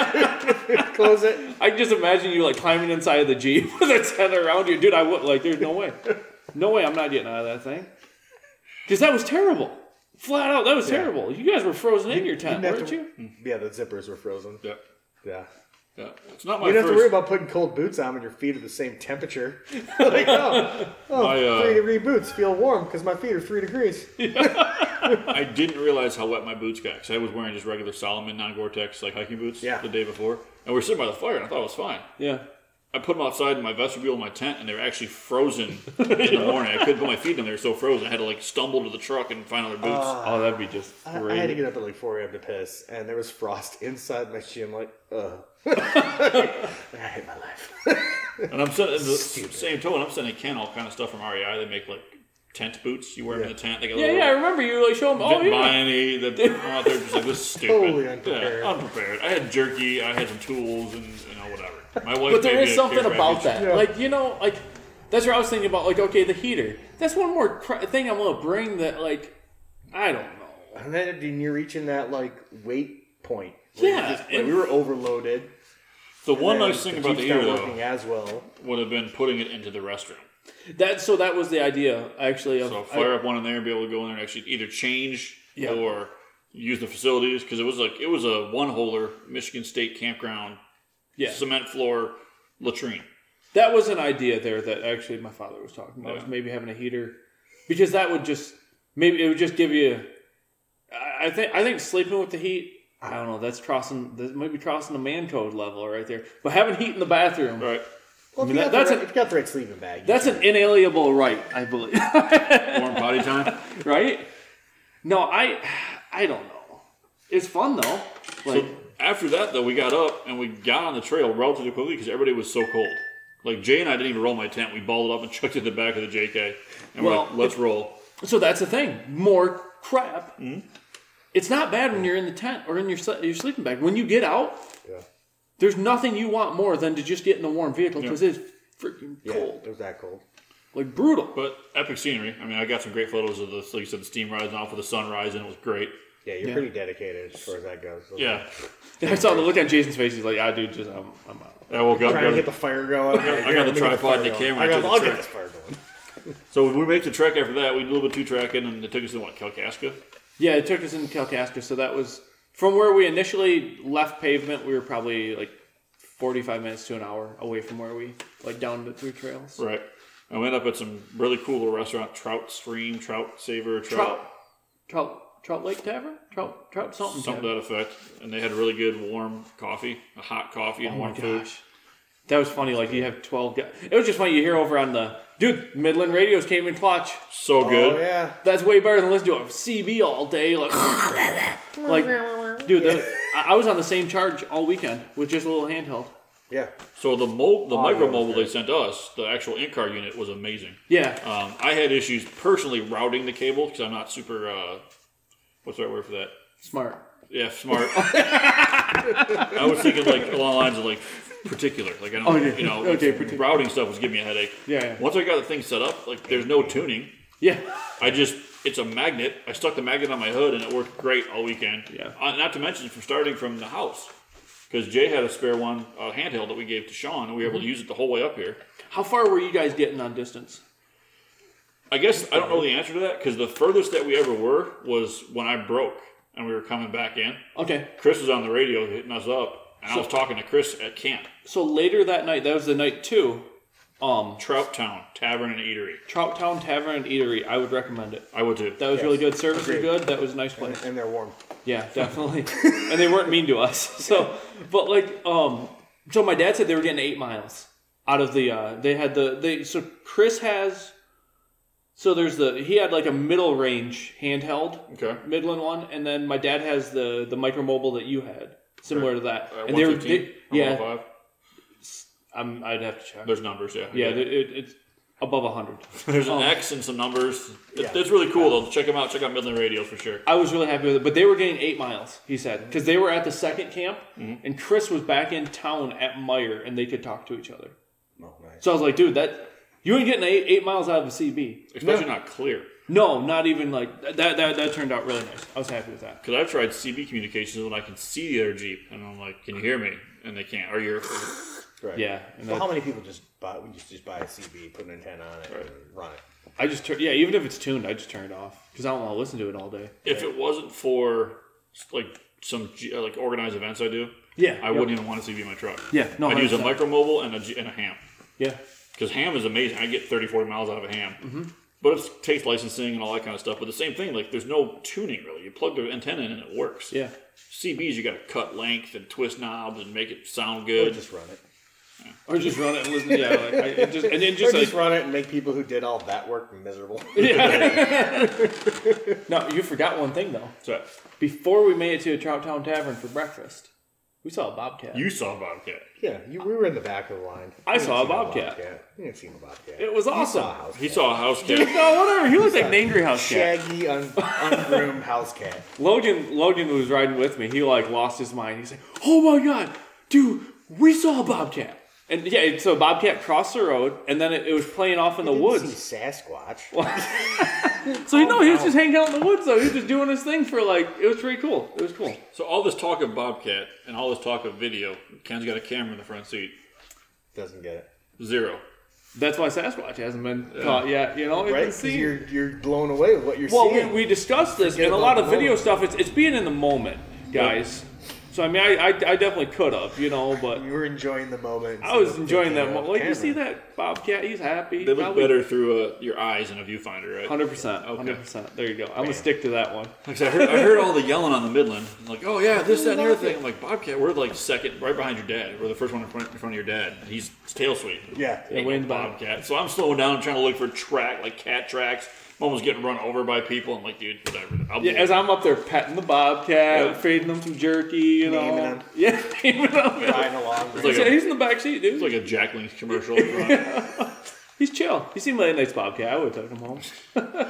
A: Close it.
C: I can just imagine you like climbing inside of the jeep with a tent around you, dude. I would like, there's no way, no way, I'm not getting out of that thing because that was terrible, flat out. That was terrible. You guys were frozen in your tent,
A: didn't have
C: weren't
A: to-
C: you?
A: Yeah, the zippers were frozen.
B: yeah.
A: Yeah.
B: Yeah. It's not my
A: You don't
B: first.
A: have to worry about putting cold boots on when your feet are the same temperature. like, oh, oh
B: My, uh,
A: three degree boots feel warm because my feet are three degrees.
B: I didn't realize how wet my boots got because I was wearing just regular Solomon non-Gore-Tex like hiking boots
A: Yeah.
B: the day before, and we were sitting by the fire, and I thought it was fine.
C: Yeah.
B: I put them outside in my vestibule in my tent, and they were actually frozen in the morning. I couldn't put my feet in them; they were so frozen. I had to like stumble to the truck and find other boots.
A: Ah.
C: Oh, that'd be just
A: I,
C: great.
A: I had to get up at like 4 a.m. to piss, and there was frost inside my shoe. I'm like, ugh. I hate my life.
B: and I'm sending the same token. I'm sending Ken all kind of stuff from REI. They make like tent boots. You wear them in the tent. They got
C: yeah,
B: little
C: yeah. I remember you like show them. Oh,
B: Vin
C: yeah.
B: Miami. The people out there just like this is stupid.
A: Totally
B: Yeah,
A: unprepared.
B: unprepared. I had jerky. I had some tools and you know whatever. My wife.
C: But there
B: made me
C: is
B: a
C: something
B: care
C: about
B: package.
C: that. Like, you know, like that's what I was thinking about. Like, okay, the heater. That's one more cr- thing I'm gonna bring that, like, I don't know.
A: And then and you're reaching that like weight point. where you
C: Yeah,
A: just- like,
C: and-
A: we were overloated.
B: The one
A: and
B: nice thing about the
A: Jeep's
B: year
A: not
B: though
A: working as well.
B: would have been putting it into the restroom.
C: That so that was the idea actually of
B: So
C: I-
B: fire up one in there and be able to go in there and actually either change
C: Yeah.
B: or use the facilities because it was like it was a one holer Michigan State campground
C: yeah.
B: cement floor latrine.
C: That was an idea there that actually my father was talking about. was
B: Yeah.
C: maybe having a heater because that would just maybe it would just give you. I I think I think sleeping with the heat. I don't know. That's crossing. That might be crossing the man code level right there. But having heat in the bathroom.
B: All right.
A: Well, if
C: I mean,
A: you, got
C: that-
A: the
C: that's
A: right,
C: a-
A: if you got the right sleeping bag, you
C: That's
A: should.
C: an inalienable right, I believe.
B: Warm body time.
C: right? No, I, I don't know. It's fun though. Like,
B: So after that, though, we got up and we got on the trail relatively quickly because everybody was so cold. Like Jay and I didn't even roll my tent. We balled it up and chucked it in the back of the JK. And we're
C: Well,
B: like, let's roll.
C: So that's the thing. More crap. It's not bad when you're in the tent or in your sl- your sleeping bag. When you get out,
A: yeah.
C: there's nothing you want more than to just get in a warm vehicle because it's freaking
A: Yeah,
C: cold,
A: It was that cold.
C: like brutal.
B: But epic scenery. I mean, I got some great photos of this. Like you said, the steam rising off of the sunrise, and it was great.
A: Yeah, you're
C: Yeah.
A: pretty dedicated as far as that goes.
B: Yeah.
C: I saw the look on Jason's face. He's like, "I do just I'm, I'm out."
B: I woke up.
A: Trying to
B: got-
A: get the fire going.
B: I got the tripod and the camera
A: I
B: to
A: got,
B: the
A: I'll get
B: track.
A: this fire going.
B: So we make the trek after that. We did a little bit two trekking, and it took us to what Kalkaska.
C: Yeah, it took us into Kalkaska, so that was from where we initially left pavement. We were probably like 45 minutes to an hour away from where we like down the through trails.
B: Right. And we ended up at some really cool little restaurant, Trout Stream, Trout Saver, Trout,
C: Trout, trout, trout lake tavern, trout, trout something.
B: something to that effect. And they had really good warm coffee, a hot coffee, and
C: Oh my
B: warm food.
C: gosh. That was funny. Like you have twelve guys. It was just funny. You hear over on the dude Midland radios came in clutch.
B: So good.
A: Oh, yeah.
C: That's way better than listening to a CB all day. Like, like dude, that, I I was on the same charge all weekend with just a little handheld.
A: Yeah.
B: So the mo- the micro
A: yeah,
B: mobile
A: okay.
B: they sent us, the actual in car unit was amazing.
C: Yeah,
B: Um, I had issues personally routing the cable because I'm not super. Uh, what's the right word for that?
C: smart.
B: Yeah, smart. I was thinking like along the lines of like particular, like I don't,
C: Oh, yeah.
B: you know,
C: Okay,
B: it's-
C: particular.
B: routing stuff was giving me a headache.
C: Yeah, yeah.
B: Once I got the thing set up, like there's no tuning.
C: Yeah,
B: I just it's a magnet. I stuck the magnet on my hood and it worked great all weekend.
C: Yeah.
B: Uh, not to mention from starting from the house because Jay had a spare one uh, handheld that we gave to Sean and we were
C: Mm-hmm.
B: able to use it the whole way up here.
C: how far were you guys getting on distance?
B: I guess I don't know the answer to that because the furthest that we ever were was when I broke and we were coming back in.
C: Okay,
B: Chris was on the radio hitting us up, and I was talking to Chris at camp,
C: so later that night, that was the night two. Um,
B: Trout Town Tavern and Eatery.
C: Trout Town Tavern and Eatery. I would recommend it.
B: I would too.
C: That was really good. Service
A: Agreed.
C: was good. That was a nice place.
A: And they're warm.
C: Yeah, definitely. and they weren't mean to us. So, but like, um, so my dad said they were getting eight miles out of the. Uh, they had the they. So Chris has. So there's the he had like a middle range handheld
B: Okay.
C: Midland one, and then my dad has the the micro mobile that you had, similar to that.
B: Uh,
C: and they were
B: 115,
C: they, yeah.
B: 105.
C: I'm, I'd have to check.
B: There's numbers, yeah.
C: Yeah, Oh. it, it, it's above hundred.
B: There's an X and some numbers. It,
A: Yeah.
B: It's really cool, though. Check them out. Check out Midland Radios for sure.
C: I was really happy with it, but they were getting eight miles. He said because they were at the second camp, and Chris was back in town at Meyer, and they could talk to each other.
A: Oh, nice.
C: So I was like, dude, that you ain't getting eight, eight miles out of a CB.
B: Especially not clear.
C: No, not even like that. That that turned out really nice. I was happy with that.
B: Because I've tried CB communications when I can see their Jeep, and I'm like, can you hear me? And they can't. Or you're.
A: Right.
C: Yeah, and
A: Well,
C: that-
A: how many people just buy, we just, just buy a CB, put an antenna on it, and run it?
C: I just tur- yeah, even if it's tuned, I just turn it off because I don't want to listen to it all day.
B: If it wasn't for like some G- uh, like organized events I do,
C: Yeah,
B: I wouldn't even want a CB in my truck.
C: Yeah, no,
B: I'd use a
C: 100%.
B: micro mobile and a, G- and a ham.
C: Yeah,
B: because ham is amazing. I get 30, 40 miles out of a ham. But it's taste licensing and all that kind of stuff. But the same thing, like there's no tuning really. You plug the antenna in and it works.
C: yeah.
B: CBs, you got to cut length and twist knobs and make it sound
A: Or
B: good.
A: just run it.
C: Or just run it and listen. Yeah, like, I, it just and then
A: Or
C: just
A: just
C: like
A: run it and make people who did all that work miserable.
C: no, you forgot one thing though.
B: So
C: Before we made it to Trout Town Tavern for breakfast, we saw a bobcat.
B: you saw Bobcat.
A: yeah, you, we were in the back of the line.
C: I
A: You
C: saw
A: ain't
C: a
A: seen
C: bobcat.
A: You ain't seen a bobcat.
C: it was
A: you saw a
C: awesome.
A: house
B: He
A: cat.
B: saw a house
C: Dude,
B: cat.
C: no, whatever. He looked like an angry house cat.
A: shaggy, un, ungroomed house cat.
C: Logan Logan was riding with me. He like lost his mind. He's like, "Oh my god, dude, we saw a bobcat!" And yeah, so bobcat crossed the road, and then it, it was playing off in the woods.
A: See Sasquatch.
C: So you know, he was
A: Oh,
C: just hanging out in the woods though. He was just doing his thing for like it was pretty cool. It was cool.
B: So all this talk of Bobcat and all this talk of video, Ken's got a camera in the front seat.
A: Doesn't get it.
B: Zero.
C: That's why Sasquatch hasn't been caught yet. You know,
A: Right?
C: right?
A: 'Cause You're, you're blown away with what you're
C: Well, we,
A: seeing.
C: we discussed this, and a
A: about
C: lot
A: the
C: of video
A: moment.
C: stuff. It's it's being in the moment, guys. So I mean, I I, I definitely could have, you know, but
A: You were enjoying the moment.
C: I was
A: instead of
C: enjoying that.
A: thinking
C: mo-
A: about
C: Like
A: camera.
C: you see that bobcat, he's happy.
B: They look better through uh your eyes and a viewfinder, right?
C: Hundred percent.
B: Okay.
C: Hundred percent. There you go. I'm gonna stick to that one.
B: Like I, said, I heard, I heard all the yelling on the Midland. I'm like, oh yeah, this, that, and the other thing. I'm like, Bobcat, we're like second, right behind your dad. We're the first one in front, in front of your dad. He's tail sweep.
A: Yeah.
C: Yeah, Wayne's Bob.
B: Bobcat. So I'm slowing down, trying to look for track, like cat tracks. I'm almost getting run over by people. I'm like, dude, whatever. I'll
C: Yeah,
B: be-
C: as I'm up there petting the bobcat,
B: Yeah.
C: feeding him some jerky, you know.
A: Naming him.
C: Yeah, naming him.
A: Riding along.
B: It's like
C: So
B: a-
C: he's in the back seat, dude.
B: it's like a Jack Link's commercial. Run.
C: He's chill. He seemed like a nice bobcat. I would have taken him home.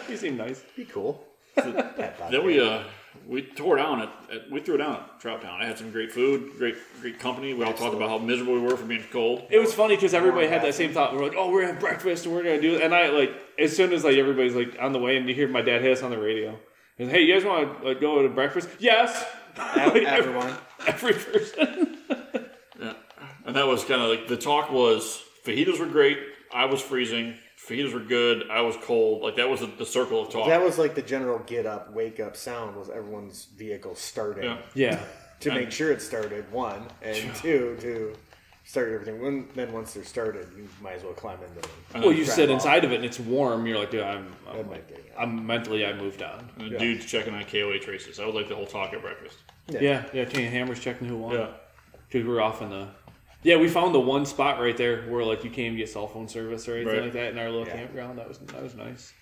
C: he seemed nice.
A: be cool.
B: then we uh, we tore down at, at we threw down at Trout Town. I had some great food, great great company. We all talked about how miserable we were from being cold.
C: It was funny because everybody had that same thought. We're like, oh, we're gonna have breakfast and we're gonna do it. And I like, as soon as like everybody's like on the way, and you hear my dad hit us on the radio, and hey, you guys want to like, go to breakfast? Yes. Like,
A: Ev- everyone.
C: every person.
B: Yeah. And that was kind of like the talk was fajitas were great. I was freezing. Fajitas were good. I was cold. Like that was the, the circle of talk.
A: That was like the general get up, wake up sound was everyone's vehicle starting
B: Yeah.
C: yeah.
A: to make sure it started. One and two to start everything. When, then once they're started, you might as well climb into them.
C: Well, you sit inside of it and it's warm. You're like, dude, I'm,
A: That
C: I'm, like,
A: might get you.
C: I'm mentally, I moved on.
B: And the dude's checking on KOA traces. That was like the whole talk at breakfast.
C: Yeah, yeah. King and Hammer's checking who won. Dude, we were off in the. Yeah, we found the one spot right there where like you can't even get cell phone service or anything
B: Right.
C: like that in our little
A: Yeah.
C: campground. That was that was nice.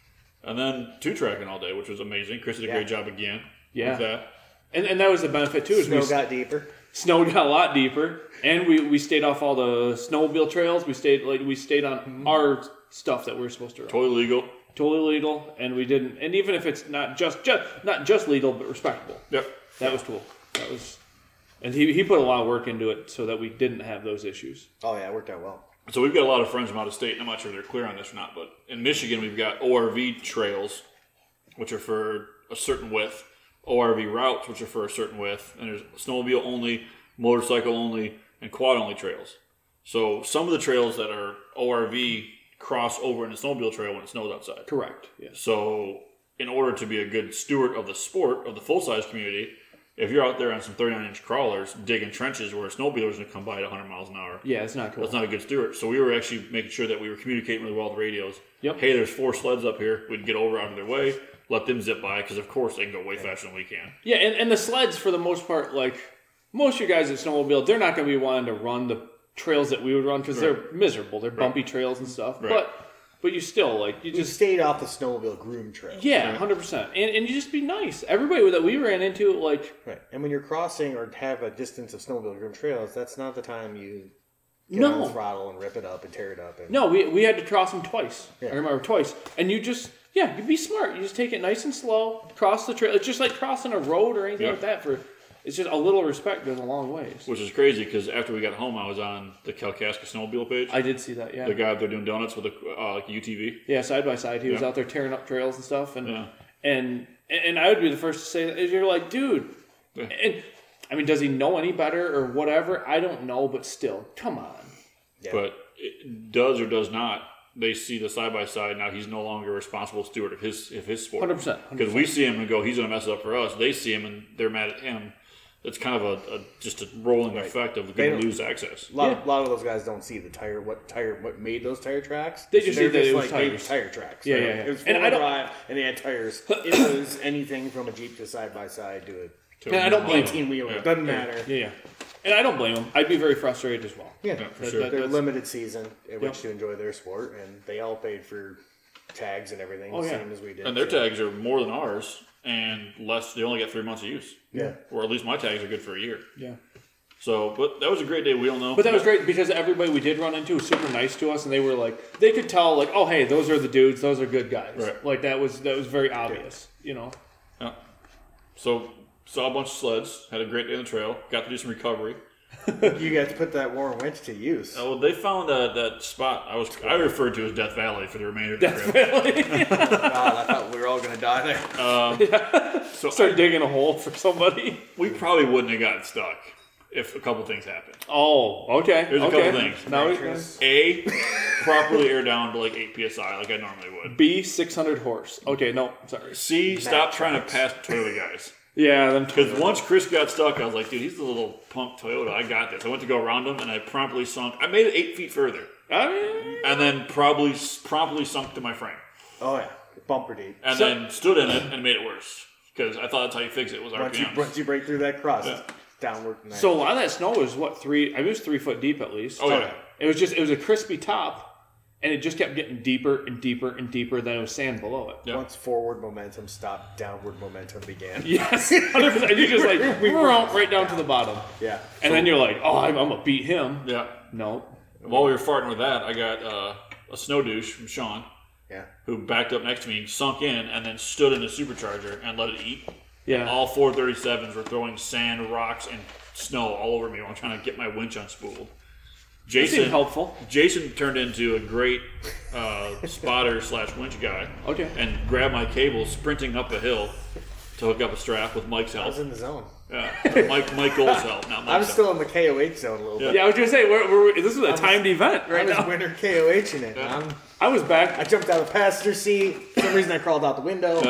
B: And then two tracking all day, which was amazing. Chris did a
A: Yeah.
B: great job again.
C: Yeah.
B: With that.
C: And, and that was the benefit too. Is we
A: Snow got deeper.
C: snow got a lot deeper, and we, we stayed off all the snowmobile trails. We stayed like we stayed on
A: Mm-hmm.
C: our stuff that we are supposed to ride.
B: Totally legal.
C: Totally legal, and we didn't. And even if it's not just just not just legal, but respectable,
B: Yep.
C: that was cool. That was, and he he put a lot of work into it so that we didn't have those issues.
A: Oh, yeah, it worked out well.
B: So we've got a lot of friends from out of state, and I'm not sure if they're clear on this or not, but in Michigan we've got ORV trails, which are for a certain width, ORV routes, which are for a certain width, and there's snowmobile only, motorcycle only, and quad only trails. So some of the trails that are ORV cross over into snowmobile trail when it snows outside.
C: Correct. Yes.
B: So, in order to be a good steward of the sport of the full size community, if you're out there on some 39 inch crawlers digging trenches where a snowmobiler's going to come by at 100 miles an hour,
C: Yeah, it's not cool.
B: that's not a good steward. So we were actually making sure that we were communicating really well with the radios.
C: Yep.
B: Hey, there's four sleds up here. We'd get over out of their way, let them zip by because of course they can go way faster than we can.
C: Yeah, and, and the sleds for the most part, like most of you guys at Snowmobile, they're not going to be wanting to run the trails that we would run because they're miserable. They're bumpy trails and stuff.
B: Right.
C: But but you still like you
A: You
C: just
A: stayed off the snowmobile groom trail.
C: yeah, hundred percent. And and you just be nice. Everybody that we ran into, like
A: Right. And when you're crossing or have a distance of snowmobile groom trails, that's not the time you get on the
C: no,
A: throttle and rip it up and tear it up. And,
C: no, we we had to cross them twice. I
A: Yeah.
C: remember twice, and you just. Yeah, you be smart. You just take it nice and slow, cross the trail. It's just like crossing a road or anything
B: Yeah.
C: like that. For it's just a little respect goes a long ways.
B: Which is crazy because after we got home, I was on the Kalkaska snowmobile page.
C: I did see that. Yeah,
B: the guy up there doing donuts with a uh, like a UTV.
C: Yeah, side by side. He was
B: Yeah.
C: out there tearing up trails and stuff, and
B: Yeah.
C: and and I would be the first to say that is you're like, dude, and I mean, does he know any better or whatever? I don't know, but still, come on.
B: But it does or does not, they see the side by side. Now he's no longer a responsible steward of his of his sport.
C: 100%,
B: Because we see him and go, he's going to mess it up for us. They see him and they're mad at him. It's kind of a, a just a rolling effect of going
A: don't-
B: to lose access.
A: A lot,
C: Yeah.
A: a lot of those guys don't see the tire, what tire, what made those tire tracks.
C: They just
A: They're
C: see that it was
A: like, they
C: tires.
A: tire tracks.
C: Yeah,
A: right?
C: yeah, yeah.
A: It was
C: And
A: and
C: I
A: I
C: don't-
A: drive, and they had tires. it was anything from a jeep to side by side to a
C: And I don't blame him.
A: eighteen wheeler.
B: Yeah.
A: Doesn't matter.
C: Yeah, yeah, and I don't blame him. I'd be very frustrated as well.
A: Yeah,
B: for sure.
A: They're
C: that's-
A: limited season in which
C: Yep.
A: to enjoy their sport, and they all paid for tags and everything,
C: Oh, yeah.
A: same as we did.
B: And their
A: so-
B: tags are more than ours and less. They only get three months of use.
A: Yeah.
B: Or at least my tags are good for a year.
C: Yeah.
B: So, but that was a great day. We all know.
C: But that was great because everybody we did run into was super nice to us, and they were like, they could tell, like, oh hey, those are the dudes, those are good guys.
B: Right.
C: Like that was that was very obvious, you know.
B: Yeah. So saw a bunch of sleds. Had a great day on the trail. Got to do some recovery.
A: You got to put that Warren Winch to use.
B: Oh, they found that that spot I was I referred to as Death Valley for the remainder of the trip.
A: God, I thought we were all gonna die there.
B: So
C: Start digging a hole for somebody.
B: we probably wouldn't have gotten stuck if a couple things happened.
C: Oh, okay.
B: Here's a
C: okay.
B: couple things.
C: Now we,
A: Mattress.
B: A, properly air down to like 8 psi like I normally would.
C: B six hundred horse. Okay, no, sorry.
B: C, stop trying to
A: tracks.
B: pass toilet guys.
C: Yeah, them
B: Because once Chris got stuck, I was like, dude, he's the little punk Toyota. I got this. I went to go around him and I promptly sunk. I made it eight feet further
C: I mean,
B: and then probably promptly sunk to my frame
A: Oh yeah, bumper deep.
B: and
C: So-
B: then stood in it and made it worse because I thought that's how you fix it was
A: Once you,
B: RPMs.
A: once you break through that crust, downward. and that.
C: so a lot of that snow was what three? I mean, it was three foot deep at least.
B: oh yeah,
C: It was just it was a crispy top, and it just kept getting deeper and deeper and deeper. Then it was sand below it.
B: yeah.
A: once forward momentum stopped, downward momentum began.
C: Yes, 100%. And you just like we were out right down to the bottom,
A: Yeah.
C: and then you're like, oh, I'm, I'm gonna beat him.
B: yeah.
C: No,
B: While we were farting with that, I got uh, a snow douche from Sean
A: Yeah.
B: who backed up next to me, sunk in, and then stood in the supercharger and let it eat.
C: yeah,
B: All 437s were throwing sand, rocks, and snow all over me while I'm trying to get my winch unspooled.
C: it seemed
B: Jason,
C: helpful.
B: Jason turned into a great uh, spotter slash winch guy.
C: Okay.
B: And grabbed my cable, sprinting up a hill to hook up a strap with Mike's
A: I
B: help.
A: was in the zone.
B: Yeah, Mike Mike Gold's help, not
A: I'm
B: Mike's help.
A: still in the KOH zone a little bit.
C: Yeah, I was gonna say we're, we're, this was a timed event
A: I
C: right
A: was
C: now.
A: winter KOH in it. I'm-
C: I was
A: I
C: back.
A: jumped out of the passenger seat. For some reason, I crawled out the window.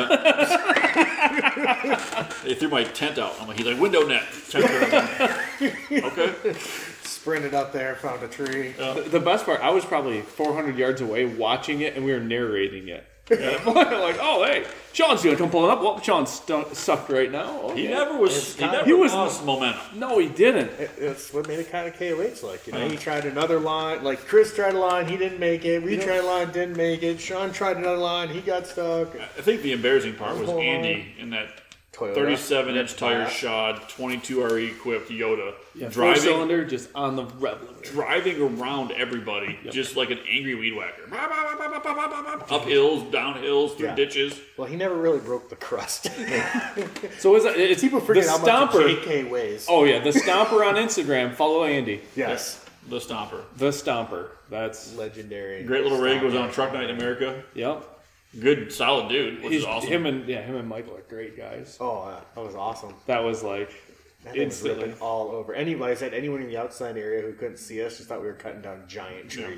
B: They threw my tent out. I'm like, he's like window net. Tent door. okay.
A: Sprinted up there, found a tree.
C: The, the best part, I was probably 400 yards away watching it, and we were narrating it. like, oh hey, Sean's gonna come pulling up. Well, Sean's stu- sucked right now.
B: He
C: Okay.
B: never was. He
A: kind
B: never
A: of-
B: he
C: He
B: was
C: was-
B: lost momentum.
C: No, he didn't.
A: It- It's what made it kind of KOH like. You know, he tried another line. Like Chris tried a line, he didn't make it. We tried a line, didn't make it. Sean tried another line, he got stuck.
B: I think the embarrassing part was
A: Hold on.
B: Andy in that
A: Toyota.
B: 37 inch tire
A: flat.
B: shod, 22 RE equipped Yoda
C: Four
B: driving
C: cylinder just on the rev limiter.
B: driving around everybody just like an angry weed whacker. Bah, bah, bah, bah, bah, bah, bah, bah, bah. Up hills, down hills, through
A: Yeah.
B: ditches.
A: Well, he never really broke the crust.
C: So is that, it's
A: People
C: the
A: forget how much
C: stomper.
A: JK weighs.
C: Oh yeah, the stomper on Instagram. Follow Andy.
A: yes.
B: The Stomper.
C: The stomper. That's
A: Legendary.
B: Great little rig was
A: Stomper.
B: on Truck Night in America.
C: yep.
B: Good, solid dude, which
C: He's
B: is awesome.
C: Him and yeah, him and Michael are great guys.
A: Oh, uh, that was awesome.
C: That was like
A: That thing was
C: instantly.
A: ripping all over. Anybody said anyone in the outside area who couldn't see us just thought we were cutting down giant trees.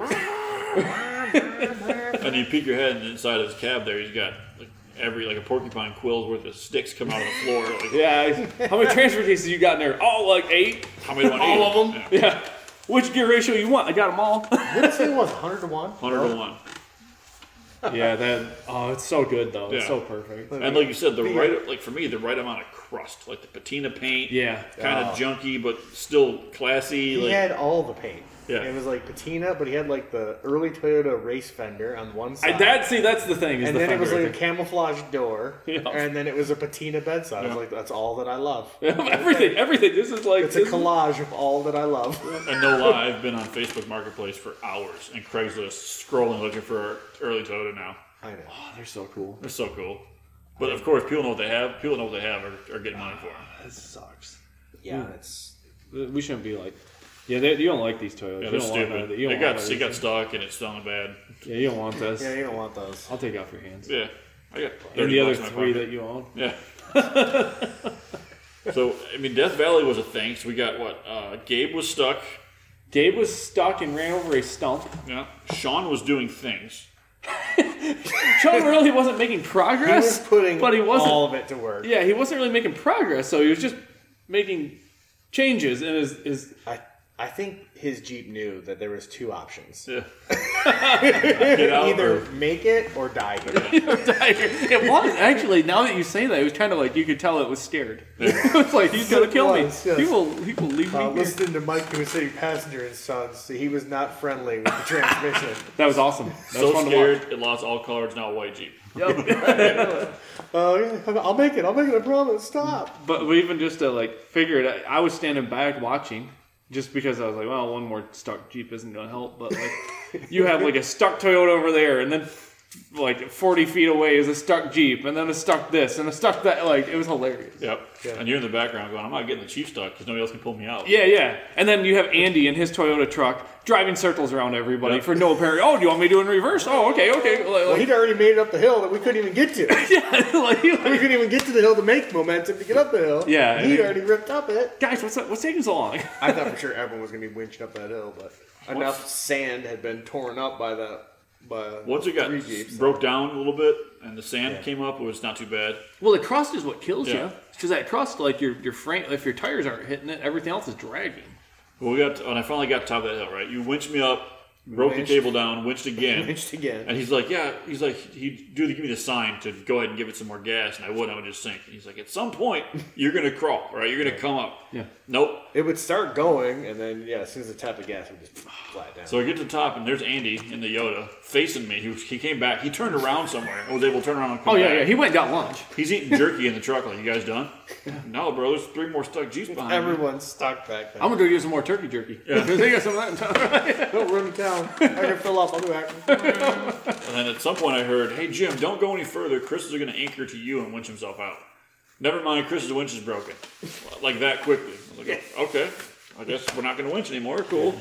B: And you peek your head, and inside of his cab there, he's got like every like a porcupine quill's worth of sticks come out of the floor. Like,
C: Yeah. I- How many transfer cases you got in there? Oh, like eight.
B: How many do I need?
C: All of them.
B: Yeah.
C: Yeah. Which gear ratio you want? I got them all.
A: Didn't say it was 100 to 1?
B: 100 to 1.
C: yeah. That. Oh, it's so good though.
B: Yeah.
C: It's so perfect.
A: Oh.
B: And like you said, the right like for me, the right amount of crust, like the patina paint,
C: Yeah.
B: kind of
A: Oh.
B: junky but still classy.
A: He
B: Like,
A: had all the paint.
B: Yeah.
A: It was like patina, but he had like the early Toyota race fender on one
C: I,
A: side.
C: that see, that's the thing. Is
A: and
C: the
A: then it was
C: fender,
A: like a camouflage door.
C: Yeah.
A: And then it was a patina bedside. I
B: Yeah.
A: was like, that's all that I love.
C: I think. everything. Everything. This is like
A: It's a collage of all that I love.
B: And no lie, I've been on Facebook Marketplace for hours and Craigslist scrolling looking for early Toyota now.
A: I know.
C: Oh, they're so cool.
B: It's so cool. But of course, people know what they have. People know what they have are, are getting money for them.
C: This sucks.
A: Yeah, it's
C: Hmm. We shouldn't be like, yeah, they, you don't like these Toyotas.
B: Yeah,
C: you
B: they're
C: don't want none
B: stupid.
C: of the- you
B: It
C: don't
B: got
C: want
B: it got
C: these.
B: stuck and it's selling bad.
C: Yeah, you don't want this.
A: yeah, you don't want those.
C: I'll take off your hands.
B: Yeah, I got
C: And
B: 30
C: the other
B: bucks in my
C: three
B: pocket.
C: that you own.
B: Yeah. so I mean, Death Valley was a thing. So we got what? Uh, Gabe was stuck.
C: Gabe was stuck and ran over a stump.
B: Yeah. Sean was doing things.
C: Sean really wasn't making
A: He was
C: progress.
A: putting
C: but he wasn't.
A: all of it to work.
C: yeah, he wasn't really making progress. So he was just making changes in his. his
A: I I think his Jeep knew that there was two options.
B: Yeah. Get out
A: Either
B: or-
A: make it or die here.
C: it was actually. Now that you say that, it was kind of like you could tell it was scared. it was like he's gonna
A: It
C: kill
A: was,
C: me.
A: yes.
C: He will. He will leave
A: uh,
C: me. here.
A: listening to Mike, who was sitting passenger and sons, so he was not friendly with the transmission.
C: That was awesome. That was
B: So
C: fun
B: scared, it lost all color. It's now a white Jeep.
C: to watch. Yep.
A: Oh, yeah, I'll make it. I'll make it. I promise. Stop.
C: But we even just to like figure it out, I was standing back watching just because I was like, well, one more stuck Jeep isn't going to help. But like, you have like a stuck Toyota over there, and then like 40 feet away is a stuck Jeep, and then a stuck this, and a stuck that. Like, it was hilarious.
B: Yep.
A: Yeah.
B: And you're in the background going, I'm not getting the Chief stuck because nobody else can pull me out.
C: Yeah, yeah. And then you have Andy in his Toyota truck driving circles around everybody
B: Yep.
C: for no apparent. Oh, do you want me to do it in reverse? Oh, okay, okay. Like,
A: Well, he'd already made it up the hill that we couldn't even get to.
C: yeah, like,
A: we
C: like,
A: couldn't even get to the hill to make momentum to get up the hill.
C: Yeah,
A: And
C: I
A: he'd
C: mean-
A: already ripped up it.
C: guys, what's up? What's taking so long?
A: I thought for sure everyone was going to be winching up that hill, but enough sand had been torn up by the by
B: Once it got
A: three Jeeps.
B: broke down a little bit and the sand
A: Yeah.
B: came up, it was not too bad.
C: Well, the crust is what kills
B: Yeah.
C: you because that crust, like your your frame, if your tires aren't hitting it, everything else is dragging.
B: But we got, and I finally got to top of that hill, right? You winched me up, broke
A: Winched.
B: the cable down, winched again.
A: Pinched again.
B: And he's like, yeah, he's like, he'd do the, give me the sign to go ahead and give it some more gas, and I would, I would just sink. And he's like, at some point, you're gonna crawl, right? You're gonna come up.
C: Yeah.
B: Nope.
A: It would start going, and then yeah, as soon as it tapped the gas, it would just flat down.
B: So I get to the top, and there's Andy in the Yoda facing me. He, was- he came back. He turned around somewhere and was able to turn around and come
C: Oh yeah,
B: back.
C: yeah. He went and got lunch.
B: He's eating jerky in the truck. Like, you guys done? No, bro. There's three more stuck Jeeps
C: um,
B: behind me.
A: Everyone's stuck back there.
C: I'm gonna go get some more turkey jerky. they got some of that. in town.
A: Don't run down. I can fill up. I'll be back.
B: And then at some point, I heard, "Hey Jim, don't go any further. Chris is going to anchor to you and winch himself out." Never mind, Chris's winch is broken, like that quickly. I was like, "Oh, "Okay, I guess we're not going to winch anymore. Cool."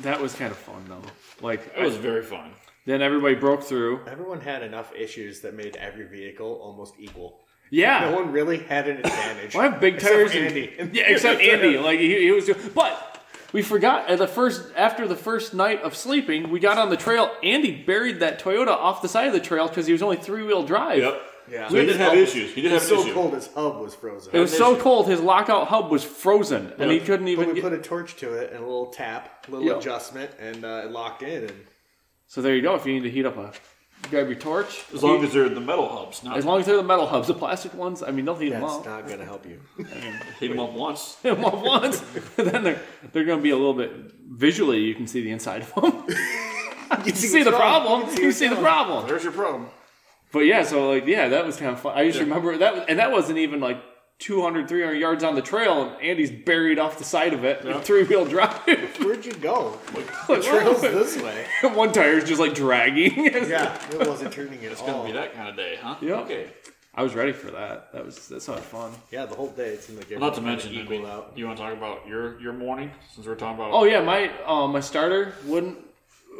C: that was kind of fun though. Like
B: That was very fun.
C: then everybody broke through.
A: Everyone had enough issues that made every vehicle almost equal.
C: Yeah.
A: No one really had an advantage.
C: Well, I have big
A: Except
C: tires.
A: for
C: and-
A: Andy.
C: yeah, except Andy. Like he, he was doing. But we forgot at the first after the first night of sleeping, we got on the trail. Andy buried that Toyota off the side of the trail because he was only three wheel drive.
B: Yep.
A: Yeah.
B: So he did have issues. He did
A: It
B: have
A: was
B: an
A: so
B: issue.
A: cold his hub was frozen.
C: It was so
B: issue.
C: cold, his lockout hub was frozen, and he
B: Yeah.
C: couldn't
A: but
C: even.
A: we
C: Get,
A: put a torch to it and a little tap, a little
C: Yeah.
A: adjustment, and uh, it locked in. And
C: so there you go. If you need to heat up a, grab your torch.
B: As long as they're the metal hubs, not
C: As long as they're the metal hubs, the plastic ones. I mean, they'll heat
A: that's
C: them up.
A: not going to help you.
B: hit them up once.
C: them up once, then they're, they're going to be a little bit visually. You can see the inside of them.
A: see
C: you see
A: what's
C: the
A: wrong.
C: problem.
A: You
C: You
A: can see
C: see,
A: what's
C: the
A: wrong.
C: problem.
B: There's your problem.
C: But yeah, so like yeah, that was kind of fun. I just
B: Yeah.
C: remember that, was- and that wasn't even like 200, 300 yards on the trail, and Andy's buried off the side of it,
B: Yeah.
C: three wheel drive.
A: Where'd you go? The
C: Like,
A: trail's this way.
C: One tire's just like dragging.
A: Yeah, it wasn't turning at
B: It's going
A: all.
B: to be that kind of day, huh?
C: Yeah.
B: Okay.
C: I was ready for that. That was that sounded fun.
A: Yeah, the whole day it seemed like
B: Not to
A: everyone
B: mention, I
A: kinda equaled
B: mean,
A: out.
B: you want to talk about your your morning since we're talking about
C: Oh yeah, my uh, my starter wouldn't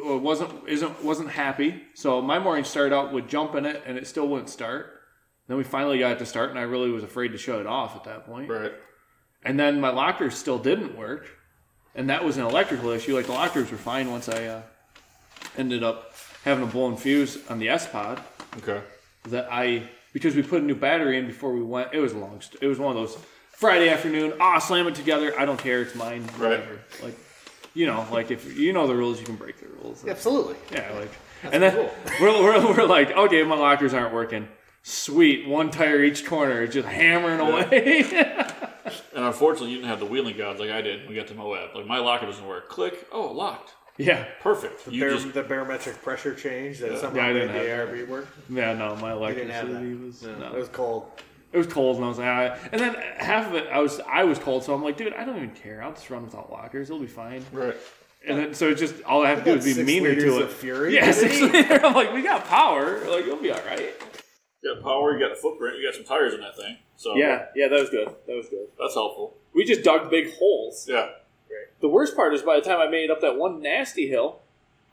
C: uh, wasn't isn't wasn't happy. So my morning started out with jumping it, and it still wouldn't start. Then we finally got it to start, and I really was afraid to shut it off at that point.
B: right.
C: And then my lockers still didn't work, and that was an electrical issue. Like the lockers were fine once I uh, ended up having a blown fuse on the S Pod
B: Okay.
C: that I because we put a new battery in before we went. It was a long. St- it was one of those Friday afternoon. Ah, slam it together. I don't care. It's mine.
B: Right.
C: Whatever. Like, you know, like if you know the rules, you can break the rules.
A: Absolutely.
C: Yeah, like, and then
A: cool.
C: we're, we're, we're like, okay, my lockers aren't working. Sweet, one tire each corner, just hammering away.
B: And unfortunately, you didn't have the wheeling gods like I did. We got to Moab. Like my locker doesn't work. Click. Oh, locked.
C: yeah,
B: Perfect. You
A: Bar-
B: just
A: the barometric pressure change that somehow
C: Yeah, I
A: made
C: didn't
A: the
C: have
A: ARB work.
C: yeah, no, my
A: I didn't have
C: electricity was
A: that. No,
C: no.
A: It was cold.
C: It was cold, and I was like, ah. and then half of it, I was I was cold, so I'm like, dude, I don't even care. I'll just run without lockers. It'll be fine.
B: right.
C: And then so it's just all I have to do is be
A: Six
C: meaner
A: liters
C: to
A: Of
C: it.
A: fury.
C: Yeah,
A: Did
C: six
A: he?
C: liter. I'm like, we got power. Like, you'll be all right.
B: You got power, you got a footprint, you got some tires in that thing. So
C: yeah, that was good. That was good.
B: that's helpful.
C: We just dug big holes.
B: Yeah.
C: The worst part is by the time I made it up that one nasty hill,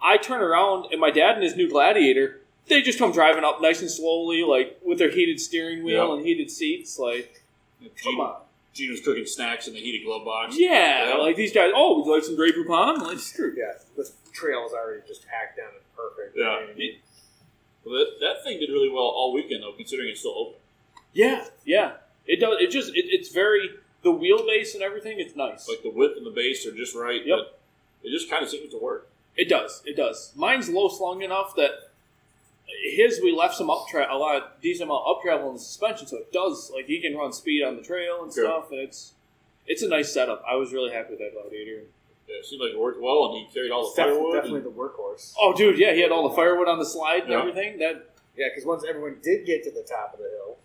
C: I turn around and my dad and his new Gladiator, they just come driving up nice and slowly, like with their heated steering wheel
B: Yeah.
C: and heated seats. Like, come on.
B: Gene was cooking snacks in the heated glove box.
C: Yeah,
B: Yeah.
C: like these guys. Oh, would you like some Grey Poupon? Like, screw.
D: Yeah, the trail is already just hacked down and perfect.
B: Yeah.
D: I mean,
B: Well, that, that thing did really well all weekend though, considering it's still open.
C: Yeah, yeah. It does. It just. It, it's very the wheelbase and everything. It's nice.
B: Like the width and the base are just right.
C: Yep.
B: but It just kind of seems to work.
C: It does. It does. Mine's low slung enough that his we left some up tra- a lot of decent amount up travel in the suspension, so it does like he can run speed on the trail and
B: Sure.
C: stuff, and it's it's a nice setup. I was really happy with that gladiator.
B: Yeah, it seemed like it worked well, and he carried all
D: it's
B: the
D: def-
B: firewood.
D: definitely
B: and-
D: the workhorse.
C: Oh, dude, yeah, he had all the firewood on the slide and
B: Yeah.
C: everything. That
D: Yeah, because once everyone did get to the top of the hill,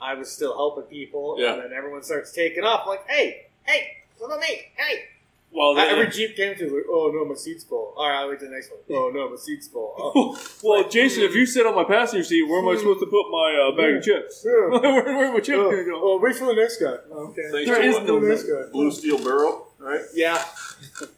D: I was still helping people,
B: Yeah.
D: and then everyone starts taking off. I'm like, hey, hey, look at me, hey.
C: well,
B: Oh,
D: Uh,
C: that,
D: every Jeep came to like, oh no, my seat's full. All right, I'll wait till the next one. Oh no, my seat's full. Oh.
C: well, Jason, if you sit on my passenger seat, where am I supposed to put my uh, bag of chips?
D: Hmm. Yeah.
C: where, where are my chips
D: Oh,
C: gonna go?
D: oh, wait for the next guy. Oh, okay.
B: Thanks
C: There
B: to
C: is
B: what-
C: no
D: next guy.
B: blue steel barrel, right?
D: Yeah,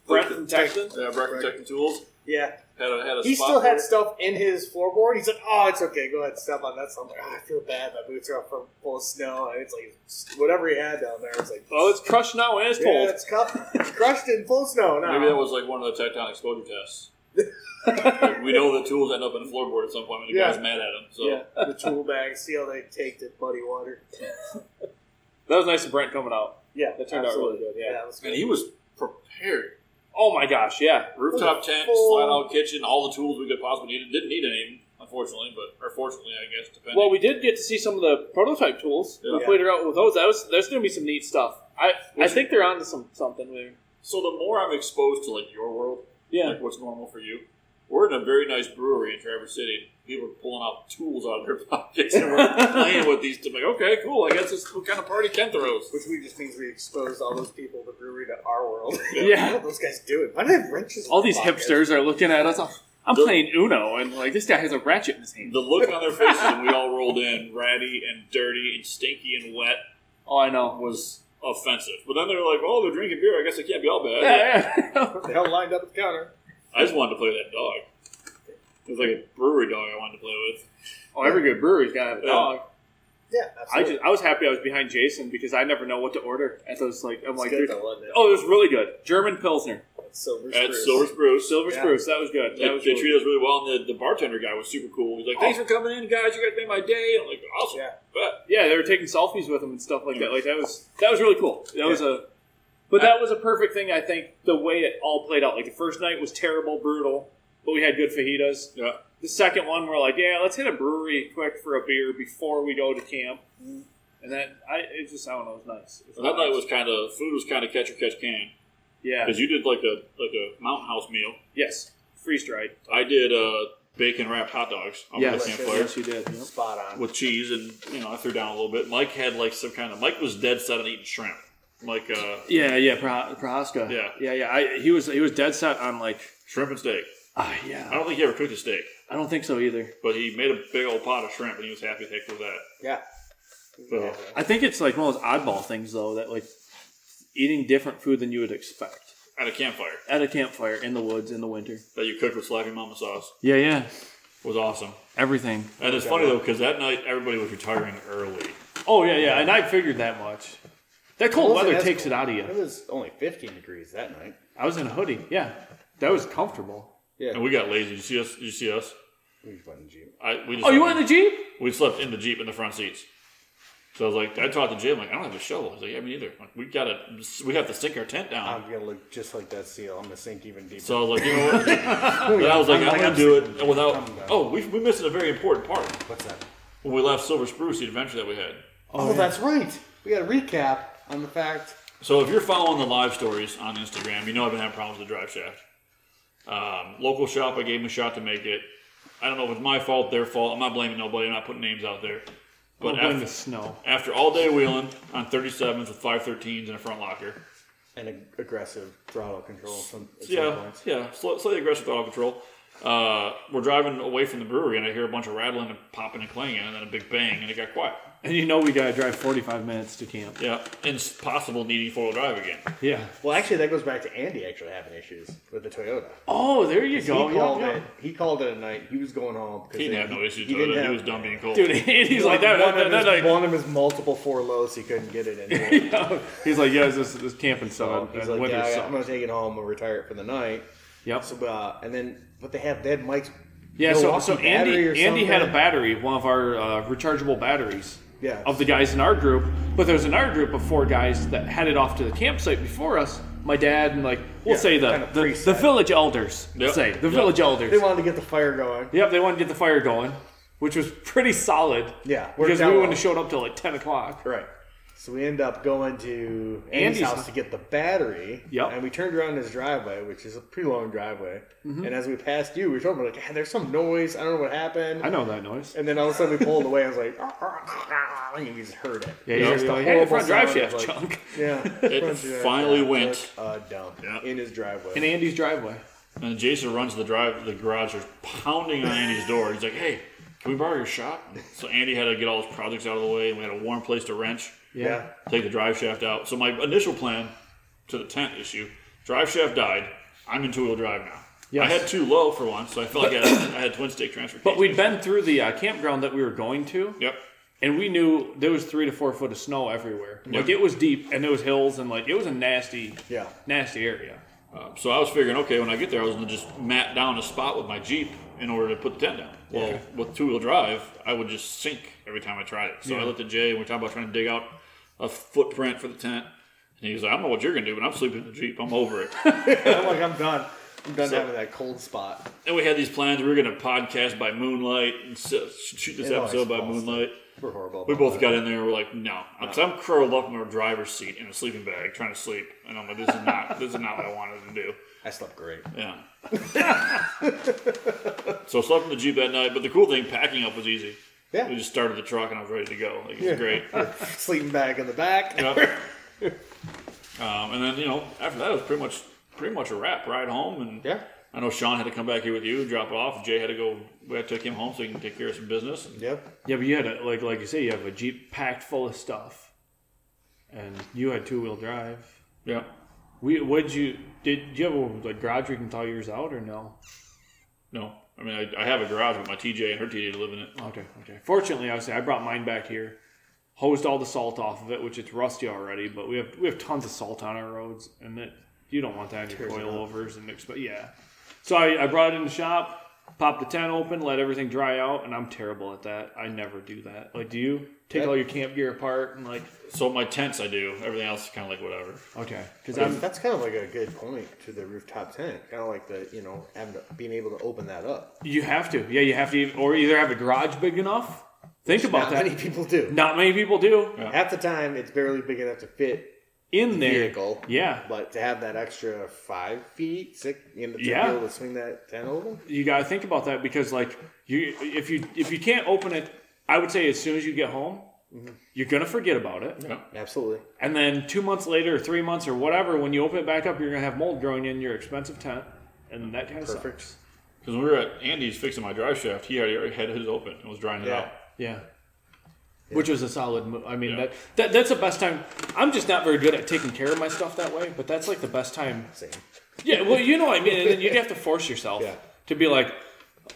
C: Brett from Texas.
B: Yeah, Bracken
D: Right.
B: Tech and Tools.
D: yeah.
B: Had a, had a
D: He
B: spot
D: still
B: where-
D: had stuff in his floorboard. He's like, "Oh, it's okay. Go ahead, step on that." So I'm like, oh, "I feel bad. My boots are up from full of snow." And it's like whatever he had down there. It's like,
C: Oh, it's crushed now and it's
D: yeah,
C: cold.
D: it's, cu- it's crushed in full snow now.
B: Maybe that was like one of the tectonic exposure tests. Like, we know the tools end up in the floorboard at some point, and the
D: Yeah.
B: guy's mad at him.
C: uh,
B: So
D: Yeah, the tool bag. See how they caked it, muddy water.
C: That was nice of Brent coming out.
D: Yeah,
C: That turned out
D: absolutely.
C: really good, yeah.
D: that was
B: and
D: good.
B: he was prepared.
C: Oh my gosh, yeah.
B: Rooftop tent,
D: full-
B: slide out kitchen, all the tools we could possibly need. Didn't need any, of 'em, unfortunately, but or fortunately, I guess. Depending.
C: Well, we did get to see some of the prototype tools. We
B: Yeah.
C: played around with those. That was, there's going to be some neat stuff. I I
B: Which-
C: think they're onto some something there.
B: so the more I'm exposed to like your world,
C: Yeah.
B: like what's normal for you. We're in a very nice brewery in Traverse City. People are pulling out tools out of their pockets and we're playing with these. I'm like, okay, cool. I guess this is what kind of party Ken throws.
D: Which we just means we exposed all those people at the brewery to our world.
C: Yeah.
D: what are those guys doing? Why do they have wrenches? in
C: All
D: their
C: these
D: pockets?
C: hipsters are looking at us. I'm- I'm
B: The-
C: playing Uno, and like this guy has a ratchet in his hand.
B: The look on their faces when we all rolled in, ratty and dirty and stinky and wet,
C: Oh, I know.
B: was offensive. But then they're like, oh, they're drinking beer. I guess it can't be all bad.
C: Yeah, yeah.
D: They all lined up at the counter.
B: I just wanted to play with that dog. It was like a brewery dog I wanted to play with.
C: oh, every good brewery's got a
B: Yeah.
C: dog.
D: Yeah,
C: I
D: absolutely.
C: just I was happy I was behind Jason because I never know what to order at those. Like I'm
D: It's
C: like,
D: good
C: there's-
D: though, wasn't it?
C: oh, it was really good German Pilsner,
D: It's Silver
B: At
D: Spruce.
B: Silver Spruce.
C: Silver
D: Yeah.
C: Spruce. That was good.
B: They,
C: That was
B: they
C: really
B: treated us really well, and the, the bartender guy was super cool. He's like, "Thanks for coming in, guys. You guys made my day." I'm like, "Awesome,
D: Yeah.
B: bet."
C: Yeah, they were taking selfies with him and stuff like
B: Yeah.
C: that. Like that was that was really cool. That was a but that was a perfect thing. I think the way it all played out. Like the first night was terrible, brutal, but we had good fajitas.
B: Yeah.
C: The second one, we're like, yeah, let's hit a brewery quick for a beer before we go to camp. And then I it just I don't know, it was nice. It
B: So Mm-hmm. that night was kind of food was kind of catch or catch can
C: yeah
B: because you did like a like a mountain house meal.
C: yes freeze dried.
B: I did uh, bacon wrapped hot dogs over
C: Yes.
B: the campfire
C: you did.
D: Spot on.
B: with cheese, and you know I threw down a little bit. Mike had like some kind of Mike was dead set on eating shrimp. Like uh,
C: Yeah, yeah, Pro- Prohaska.
B: Yeah.
C: yeah, yeah. I, he was he was dead set on like
B: shrimp and steak.
C: ah
B: I
C: yeah.
B: don't think he ever cooked a steak,
C: I don't think so either.
B: but he made a big old pot of shrimp, and he was happy as heck with that.
D: Yeah.
B: So,
C: I think it's like one of those oddball things though that like eating different food than you would expect
B: at a campfire
C: at a campfire in the woods in the winter.
B: that you cooked with slappy mama sauce
C: Yeah, yeah.
B: was awesome.
C: Everything.
B: And it's funny though because that night everybody was retiring early.
C: Oh yeah, yeah. And I figured that much. That cold
A: Well,
C: weather
A: that's
C: takes
A: cool.
C: it out of
A: It
C: you.
A: was only 15 degrees that night.
C: I was in a hoodie. Yeah, that was comfortable.
B: And we got lazy. You see us? You see us?
A: We just went in the Jeep.
B: I, we just
C: Oh, you
B: slept
C: went in the jeep?
B: in- We slept in the jeep in the front seats. So I was like, I talked to Jim. Like, I don't have a shovel. He's like, yeah, me either. Like, we gotta, we have to sink our tent down.
A: I'm gonna look just like that seal. I'm gonna sink even deeper.
B: so I was like, you know what? Then I was like, I'm,
A: like,
B: gonna
A: I'm
B: do
A: sinking
B: it without.
A: down.
B: Oh, we we missed a very important part
A: What's that?
B: when we left Silver Spruce, the adventure that we had.
A: Oh, that's right. We got a recap on the fact.
B: So if you're following the live stories on Instagram, you know I've been having problems with the drive shaft. Um, local shop, I gave them a shot to make it. I don't know if it's my fault, their fault. I'm not blaming nobody. I'm not putting names out there. But
C: But in
B: after,
C: the snow.
B: after all day wheeling on 37s with 513s in a front locker,
A: And ag- aggressive throttle control from at some
B: yeah,
A: points.
B: yeah, sli- slightly aggressive throttle control. Uh, we're driving away from the brewery, and I hear a bunch of rattling and popping and clanging, and then a big bang, and it got quiet.
C: And you know we gotta drive 45 minutes to camp.
B: Yeah, and it's possible needing four wheel drive again.
C: Yeah.
A: Well, actually, that goes back to Andy actually having issues with the Toyota.
C: Oh, there you
A: He
C: go. Yeah,
A: called
C: yeah.
A: it. He called it at night. He was going home because
B: He didn't have no issues with it. He was done being cold.
C: Dude, and he's like
A: one,
C: that. that,
A: of
C: that,
A: his,
C: like-
A: one of his multiple four lows, he couldn't get it in.
C: he's like, yeah, this this camping
A: So
C: sun.
A: Oh, He's
C: and
A: like,
C: winter
A: yeah,
C: sun."
A: I'm gonna take it home. We'll retire it for the night.
C: Yep.
A: So, uh, and then, but they had they had Mike's.
C: Yeah, so,
A: Milwaukee
C: so
A: battery or
C: Andy Andy had a
A: something.
C: battery, one of our uh, rechargeable batteries
A: Yeah.
C: of the guys in our group. But there was another group of four guys that headed off to the campsite before us. My dad and like we'll
A: Yeah,
C: say the
A: kinda
C: the,
A: preset.
C: the village elders.
B: Yep.
C: Say the
B: Yep.
C: village
A: They
C: elders.
A: wanted to get the fire going.
C: Yep, they wanted to get the fire going, which was pretty solid.
A: Yeah, worked
C: because we
A: out
C: wouldn't
A: well.
C: have showed up till like ten o'clock.
A: Right. So we end up going to Andy's,
C: Andy's-
A: house to get the battery.
C: Yep.
A: And we turned around his driveway, which is a pretty long driveway. And as we passed you, we were talking like, "Ah, there's some noise. I don't know what happened.
C: I know that noise.
A: And then all of a sudden we pulled away. I was like, "Ah, ah, ah," and you just heard it.
C: Yeah, he's
A: Just a
C: like, hey, the
A: horrible
C: front drive
A: sound of,
C: shaft
A: like-
C: chunk
A: Yeah.
B: It finally went.
A: A uh, dump
B: Yeah.
A: in his driveway.
C: in Andy's driveway.
B: And Jason runs to the drive, the garage. There's pounding on Andy's door. He's like, "Hey, can we borrow your shop?" So Andy had to get all his projects out of the way, and we had a warm place to wrench,
A: yeah.
B: take the drive shaft out. So my initial plan to the tent issue, drive shaft died. I'm in two wheel drive now. I had too low for once, so I felt like I had, I had twin stick transportation.
C: But we'd been through the uh, campground that we were going to,
B: Yep.
C: and we knew there was three to four foot of snow everywhere. Like it was deep, and there was hills, and like it was a nasty,
A: Yeah.
C: nasty area.
B: Uh, so I was figuring, okay, when I get there, I was going to just mat down a spot with my Jeep in order to put the tent down. Well, with two wheel drive, I would just sink every time I tried it. So I let the Jay, and we we're talking about trying to dig out a footprint for the tent. And he was like, I don't know what you're going to do, but I'm sleeping in the Jeep. I'm over it.
A: I'm like, I'm done. I'm done having that cold spot.
B: and we had these plans. We were going to podcast by moonlight and so, shoot this
A: It always
B: episode by
A: falls
B: moonlight.
A: We're horrible.
B: We
A: about
B: both
A: that.
B: got in there. and We're like, no, because I'm curled up in my driver's seat in a sleeping bag trying to sleep, and I'm like, this is not this is not what I wanted to do.
A: I slept great.
B: Yeah. so slept in the jeep that night, but the cool thing, packing up was easy.
A: Yeah.
B: We just started the truck and I was ready to go. Like, it was great.
A: Sleeping bag in the back.
B: Yeah. um, and then you know after that it was pretty much pretty much a wrap. Ride home and
A: Yeah.
B: I know Sean had to come back here with you, drop it off. Jay had to go. We had to take him home so he can take care of some business. And
A: Yep.
C: Yeah, but you had a, like like you say, you have a jeep packed full of stuff, and you had two wheel drive.
B: yeah.
C: We would you did, did you have a like, garage we can thaw yours out or no?
B: No. I mean, I, I have a garage, but my TJ and her TJ live in it.
C: Okay, okay. Fortunately, I say I brought mine back here, hosed all the salt off of it, which it's rusty already. But we have we have tons of salt on our roads, and it, you don't want that in your
A: Tears it up.
C: coilovers and mix. But yeah, so I, I brought it in the shop, popped the tent open, let everything dry out, and I'm terrible at that. I never do that. Like, do you take
A: Yeah.
C: all your camp gear apart and like?
B: So my tents, I do. Everything else is kind of like whatever.
C: Okay, because
A: That's,
C: I'm
A: that's kind of like a good point to the rooftop tent. Kind of like the you know having to, being able to open that up.
C: you have to. Yeah, you have to, even- or either have a garage big enough. Think about
A: Not
C: that.
A: many people do.
C: Not many people do
A: Half the time, it's barely big enough to fit
C: in there.
A: vehicle.
C: Yeah,
A: But to have that extra five feet, six, you know, to be
C: Yeah.
A: able to swing that tent open.
C: you got to think about that because like you if you if you can't open it i would say as soon as you get home you're gonna forget about it
B: Yeah.
A: Absolutely.
C: and then two months later or three months or whatever when you open it back up you're gonna have mold growing in your expensive tent and that kind of
A: Perfect.
C: sucks
B: Because when we were at Andy's fixing my drive shaft, he already already had his open and was drying it
A: Yeah.
B: out.
C: yeah which was a solid move. I mean,
B: Yeah.
C: that, that that's the best time. I'm just not very good at taking care of my stuff that way, but that's like the best time
A: Same.
C: Yeah, well, you know what I mean. And then you'd have to force yourself
A: Yeah.
C: to be like,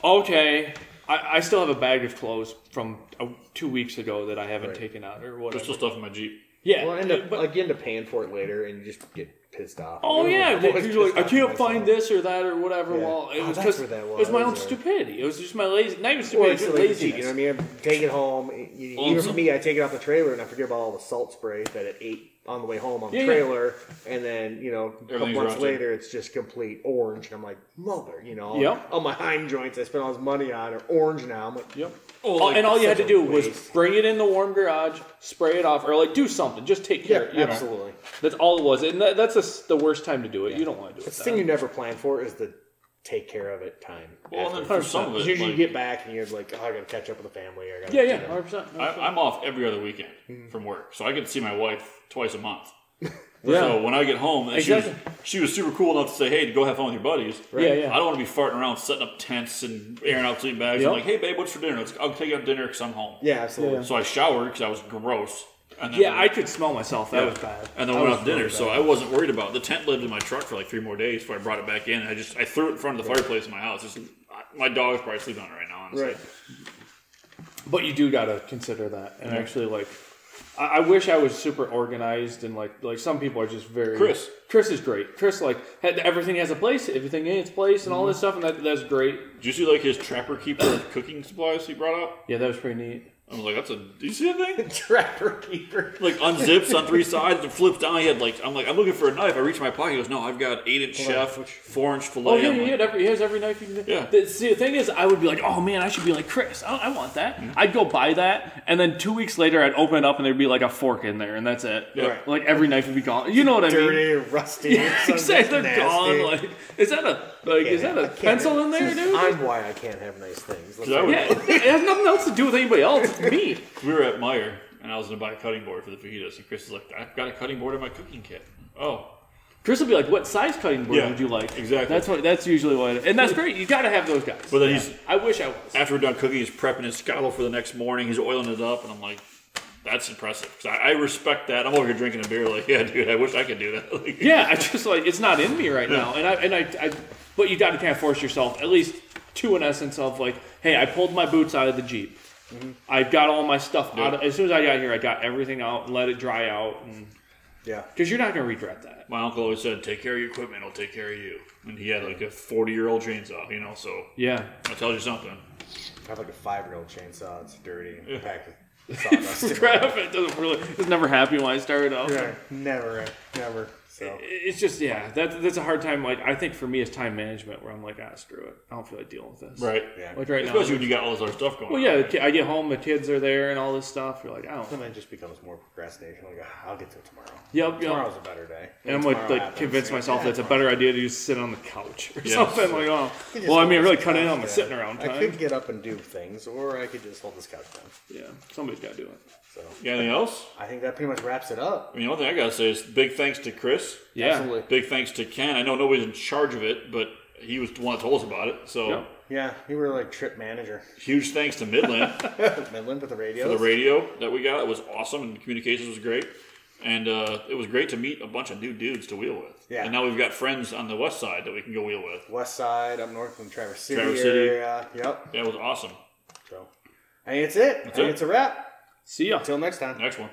C: okay, I, I still have a bag of clothes from uh, two weeks ago that I haven't taken out or
B: There's
C: whatever.
B: still stuff in my Jeep.
C: yeah.
A: Well, end up
C: Eh, but-
A: like you end up paying for it later, and you just get pissed off.
C: oh,
A: I'm
C: yeah.
A: always
C: you're like,
A: pissed
C: I
A: off at
C: can't
A: myself.
C: find this or that or whatever.
A: Yeah.
C: Well, it
A: Oh,
C: was
A: that's
C: because
A: where that
C: it was my
A: was,
C: own
A: or-
C: stupidity. It was just my lazy, not even
A: Well,
C: stupidity,
A: it's
C: just
A: laziness. You know what
C: laziness.
A: I mean? I take it home. e- Even
C: Mm-hmm.
A: for me, I take it off the trailer and I forget about all the salt spray that it ate on the way home on the
C: Yeah, yeah.
A: trailer. And then, you know, a couple
B: Everything's
A: months
B: rotten.
A: later, it's just complete orange. And I'm like, mother, you know,
C: Yep.
A: all my hind joints I spent all this money on are orange now. I'm like,
C: Yep.
B: Oh,
C: All-
B: like,
C: and all you had
A: such
C: to
A: a
C: do was
A: waste.
C: bring it in the warm garage, spray it off, or like do something. Just take
A: yeah,
C: care. you know.
A: absolutely.
C: That's all it was, and that, that's the s- the worst time to do it. You don't want to do it.
A: The
C: that.
A: thing you never plan for is the take care of it time.
B: Well, and then
A: after.
B: for some of it,
A: Because usually
B: like-
A: you get back and you're like, oh, I got to catch up with the family. Or I gotta,
C: yeah,
A: you
C: yeah,
A: know.
C: hundred percent.
B: I, I'm off every other weekend from work, so I get to see my wife twice a month.
C: Yeah.
B: So when I get home, and she
C: Exactly.
B: was she was super cool enough to say, "Hey, go have fun with your buddies."
C: Yeah, yeah.
B: I don't want to be farting around, setting up tents and airing out sleeping bags.
C: Yep.
B: I'm like, "Hey, babe, what's for dinner? Let's, I'll take you out to dinner because I'm home."
A: Yeah, absolutely.
B: So I showered because I was gross. And then
C: Yeah, I could smell myself. That was bad.
B: And then
C: That
B: went
C: was
B: out to dinner,
C: really
B: so
C: bad.
B: I wasn't worried about it. the tent. Lived in my truck for like three more days before I brought it back in. I just I threw it in front of the fireplace in my house. It's, my dog is probably sleeping on it right now. Honestly.
A: Right.
C: But you do gotta consider that, and actually, like, I, I wish I was super organized and like like some people are just very.
B: Chris.
C: Chris is great. Chris like had, everything has a place, everything in its place, and all this
B: Mm-hmm.
C: stuff, and that that's great.
B: Did you see like his trapper keeper cooking supplies he brought up?
C: Yeah, that was pretty neat.
B: I was like, that's a. Do you see that thing?
A: Trapper keeper.
B: Like unzips on three sides and flips down. He had like, I'm like, I'm looking for a knife. I reach in my pocket. He goes, no, I've got eight inch chef, four inch fillet.
C: Oh yeah,
B: I'm
C: yeah,
B: like,
C: he had every, he has every knife you can.
B: Yeah.
C: The, see, the thing is, I would be like, oh man, I should be like Chris. I, I want that.
B: Mm-hmm.
C: I'd go buy that, and then two weeks later, I'd open it up, and there'd be like a fork in there, and that's it.
B: Yeah. Right.
C: Like every knife would be gone. You know what I mean?
A: Dirty, rusty. something
C: exactly. They're
A: nasty.
C: gone. Like, is that a like? Is that a
A: I can't
C: pencil
A: have-
C: in there, dude?
A: I'm why I can't have nice things. Let's
B: That
A: say
B: would-
C: yeah, it has nothing else to do with anybody else. It's me.
B: we were at Meyer, and I was gonna buy a cutting board for the fajitas, and Chris is like, I've got a cutting board in my cooking kit. Oh,
C: Chris will be like, "What size cutting board
B: Yeah,
C: would you like?"
B: exactly.
C: That's what. That's usually what. It, and that's great. You got to have those guys.
B: but then he's
C: I wish I was.
B: after we're done cooking, he's prepping his scallop for the next morning. He's oiling it up, and I'm like, That's impressive. 'Cause I, I respect that. I'm over here drinking a beer, like, yeah, dude, I wish I could do that. Like,
C: Yeah, I just like it's not in me right now, and I and I, I but you got to kind of force yourself at least to an essence of like, hey, I pulled my boots out of the jeep.
A: Mm-hmm.
C: I got all my stuff out. Of, as soon as I got here, I got everything out and let it dry out,
A: Yeah.
C: because you're not gonna regret that.
B: My uncle always said, "Take care of your equipment. I'll take care of you." And he had like a 40 year old chainsaw, you know. So
C: Yeah,
B: that tells you something.
A: I have like a five year old chainsaw. It's dirty and packed with sawdust. in it.
C: crap. It doesn't really. It's never happy when I started off.
A: Yeah, never, never. So
C: It's just yeah, that that's a hard time. Like I think for me, it's time management where I'm like, ah, screw it, I don't feel like dealing with this.
B: Right.
A: yeah.
C: Like right now.
B: Especially when you got all this other stuff going.
C: Well,
B: on.
C: yeah, the ki- I get home, the kids are there, and all this stuff. You're like, I don't.
A: And then it just becomes more procrastination. Like, "Ah, I'll get to it tomorrow.
C: Yep, yep.
A: Tomorrow's a better day.
C: And I'm like,
A: Tomorrow
C: like
A: happens.
C: convince
A: Yeah.
C: myself
A: Yeah,
C: that it's a better idea to just sit on the couch or
B: Yes.
C: something. Like, oh,
A: could just
C: well, I mean, I
A: hold
C: really
A: this
C: cut in
A: couch
C: on my
A: down.
C: sitting around
A: I could
C: time.
A: get up and do things, or I could just hold this couch down.
C: Yeah, somebody's got to do it.
A: So
B: You got anything else?
A: I think that pretty much wraps it up.
B: I mean, the only thing I gotta say is big thanks to Chris.
C: Yeah,
A: Absolutely.
B: Big thanks to Ken. I know nobody's in charge of it, but he was the one that told us about it. So
C: Yeah.
A: Yeah, you were like trip manager.
B: huge thanks to Midland for
A: Midland with the radio.
B: the radio that we got. It was awesome, and the communications was great. And uh, it was great to meet a bunch of new dudes to wheel with.
A: Yeah.
B: And now we've got friends on the west side that we can go wheel with.
A: West side, up north from Traverse City
B: Traverse City.
A: area. Yep.
B: That was awesome.
A: So I think it's it. I think
B: it.
A: it's a wrap.
C: See ya.
A: Until next time.
B: Next one.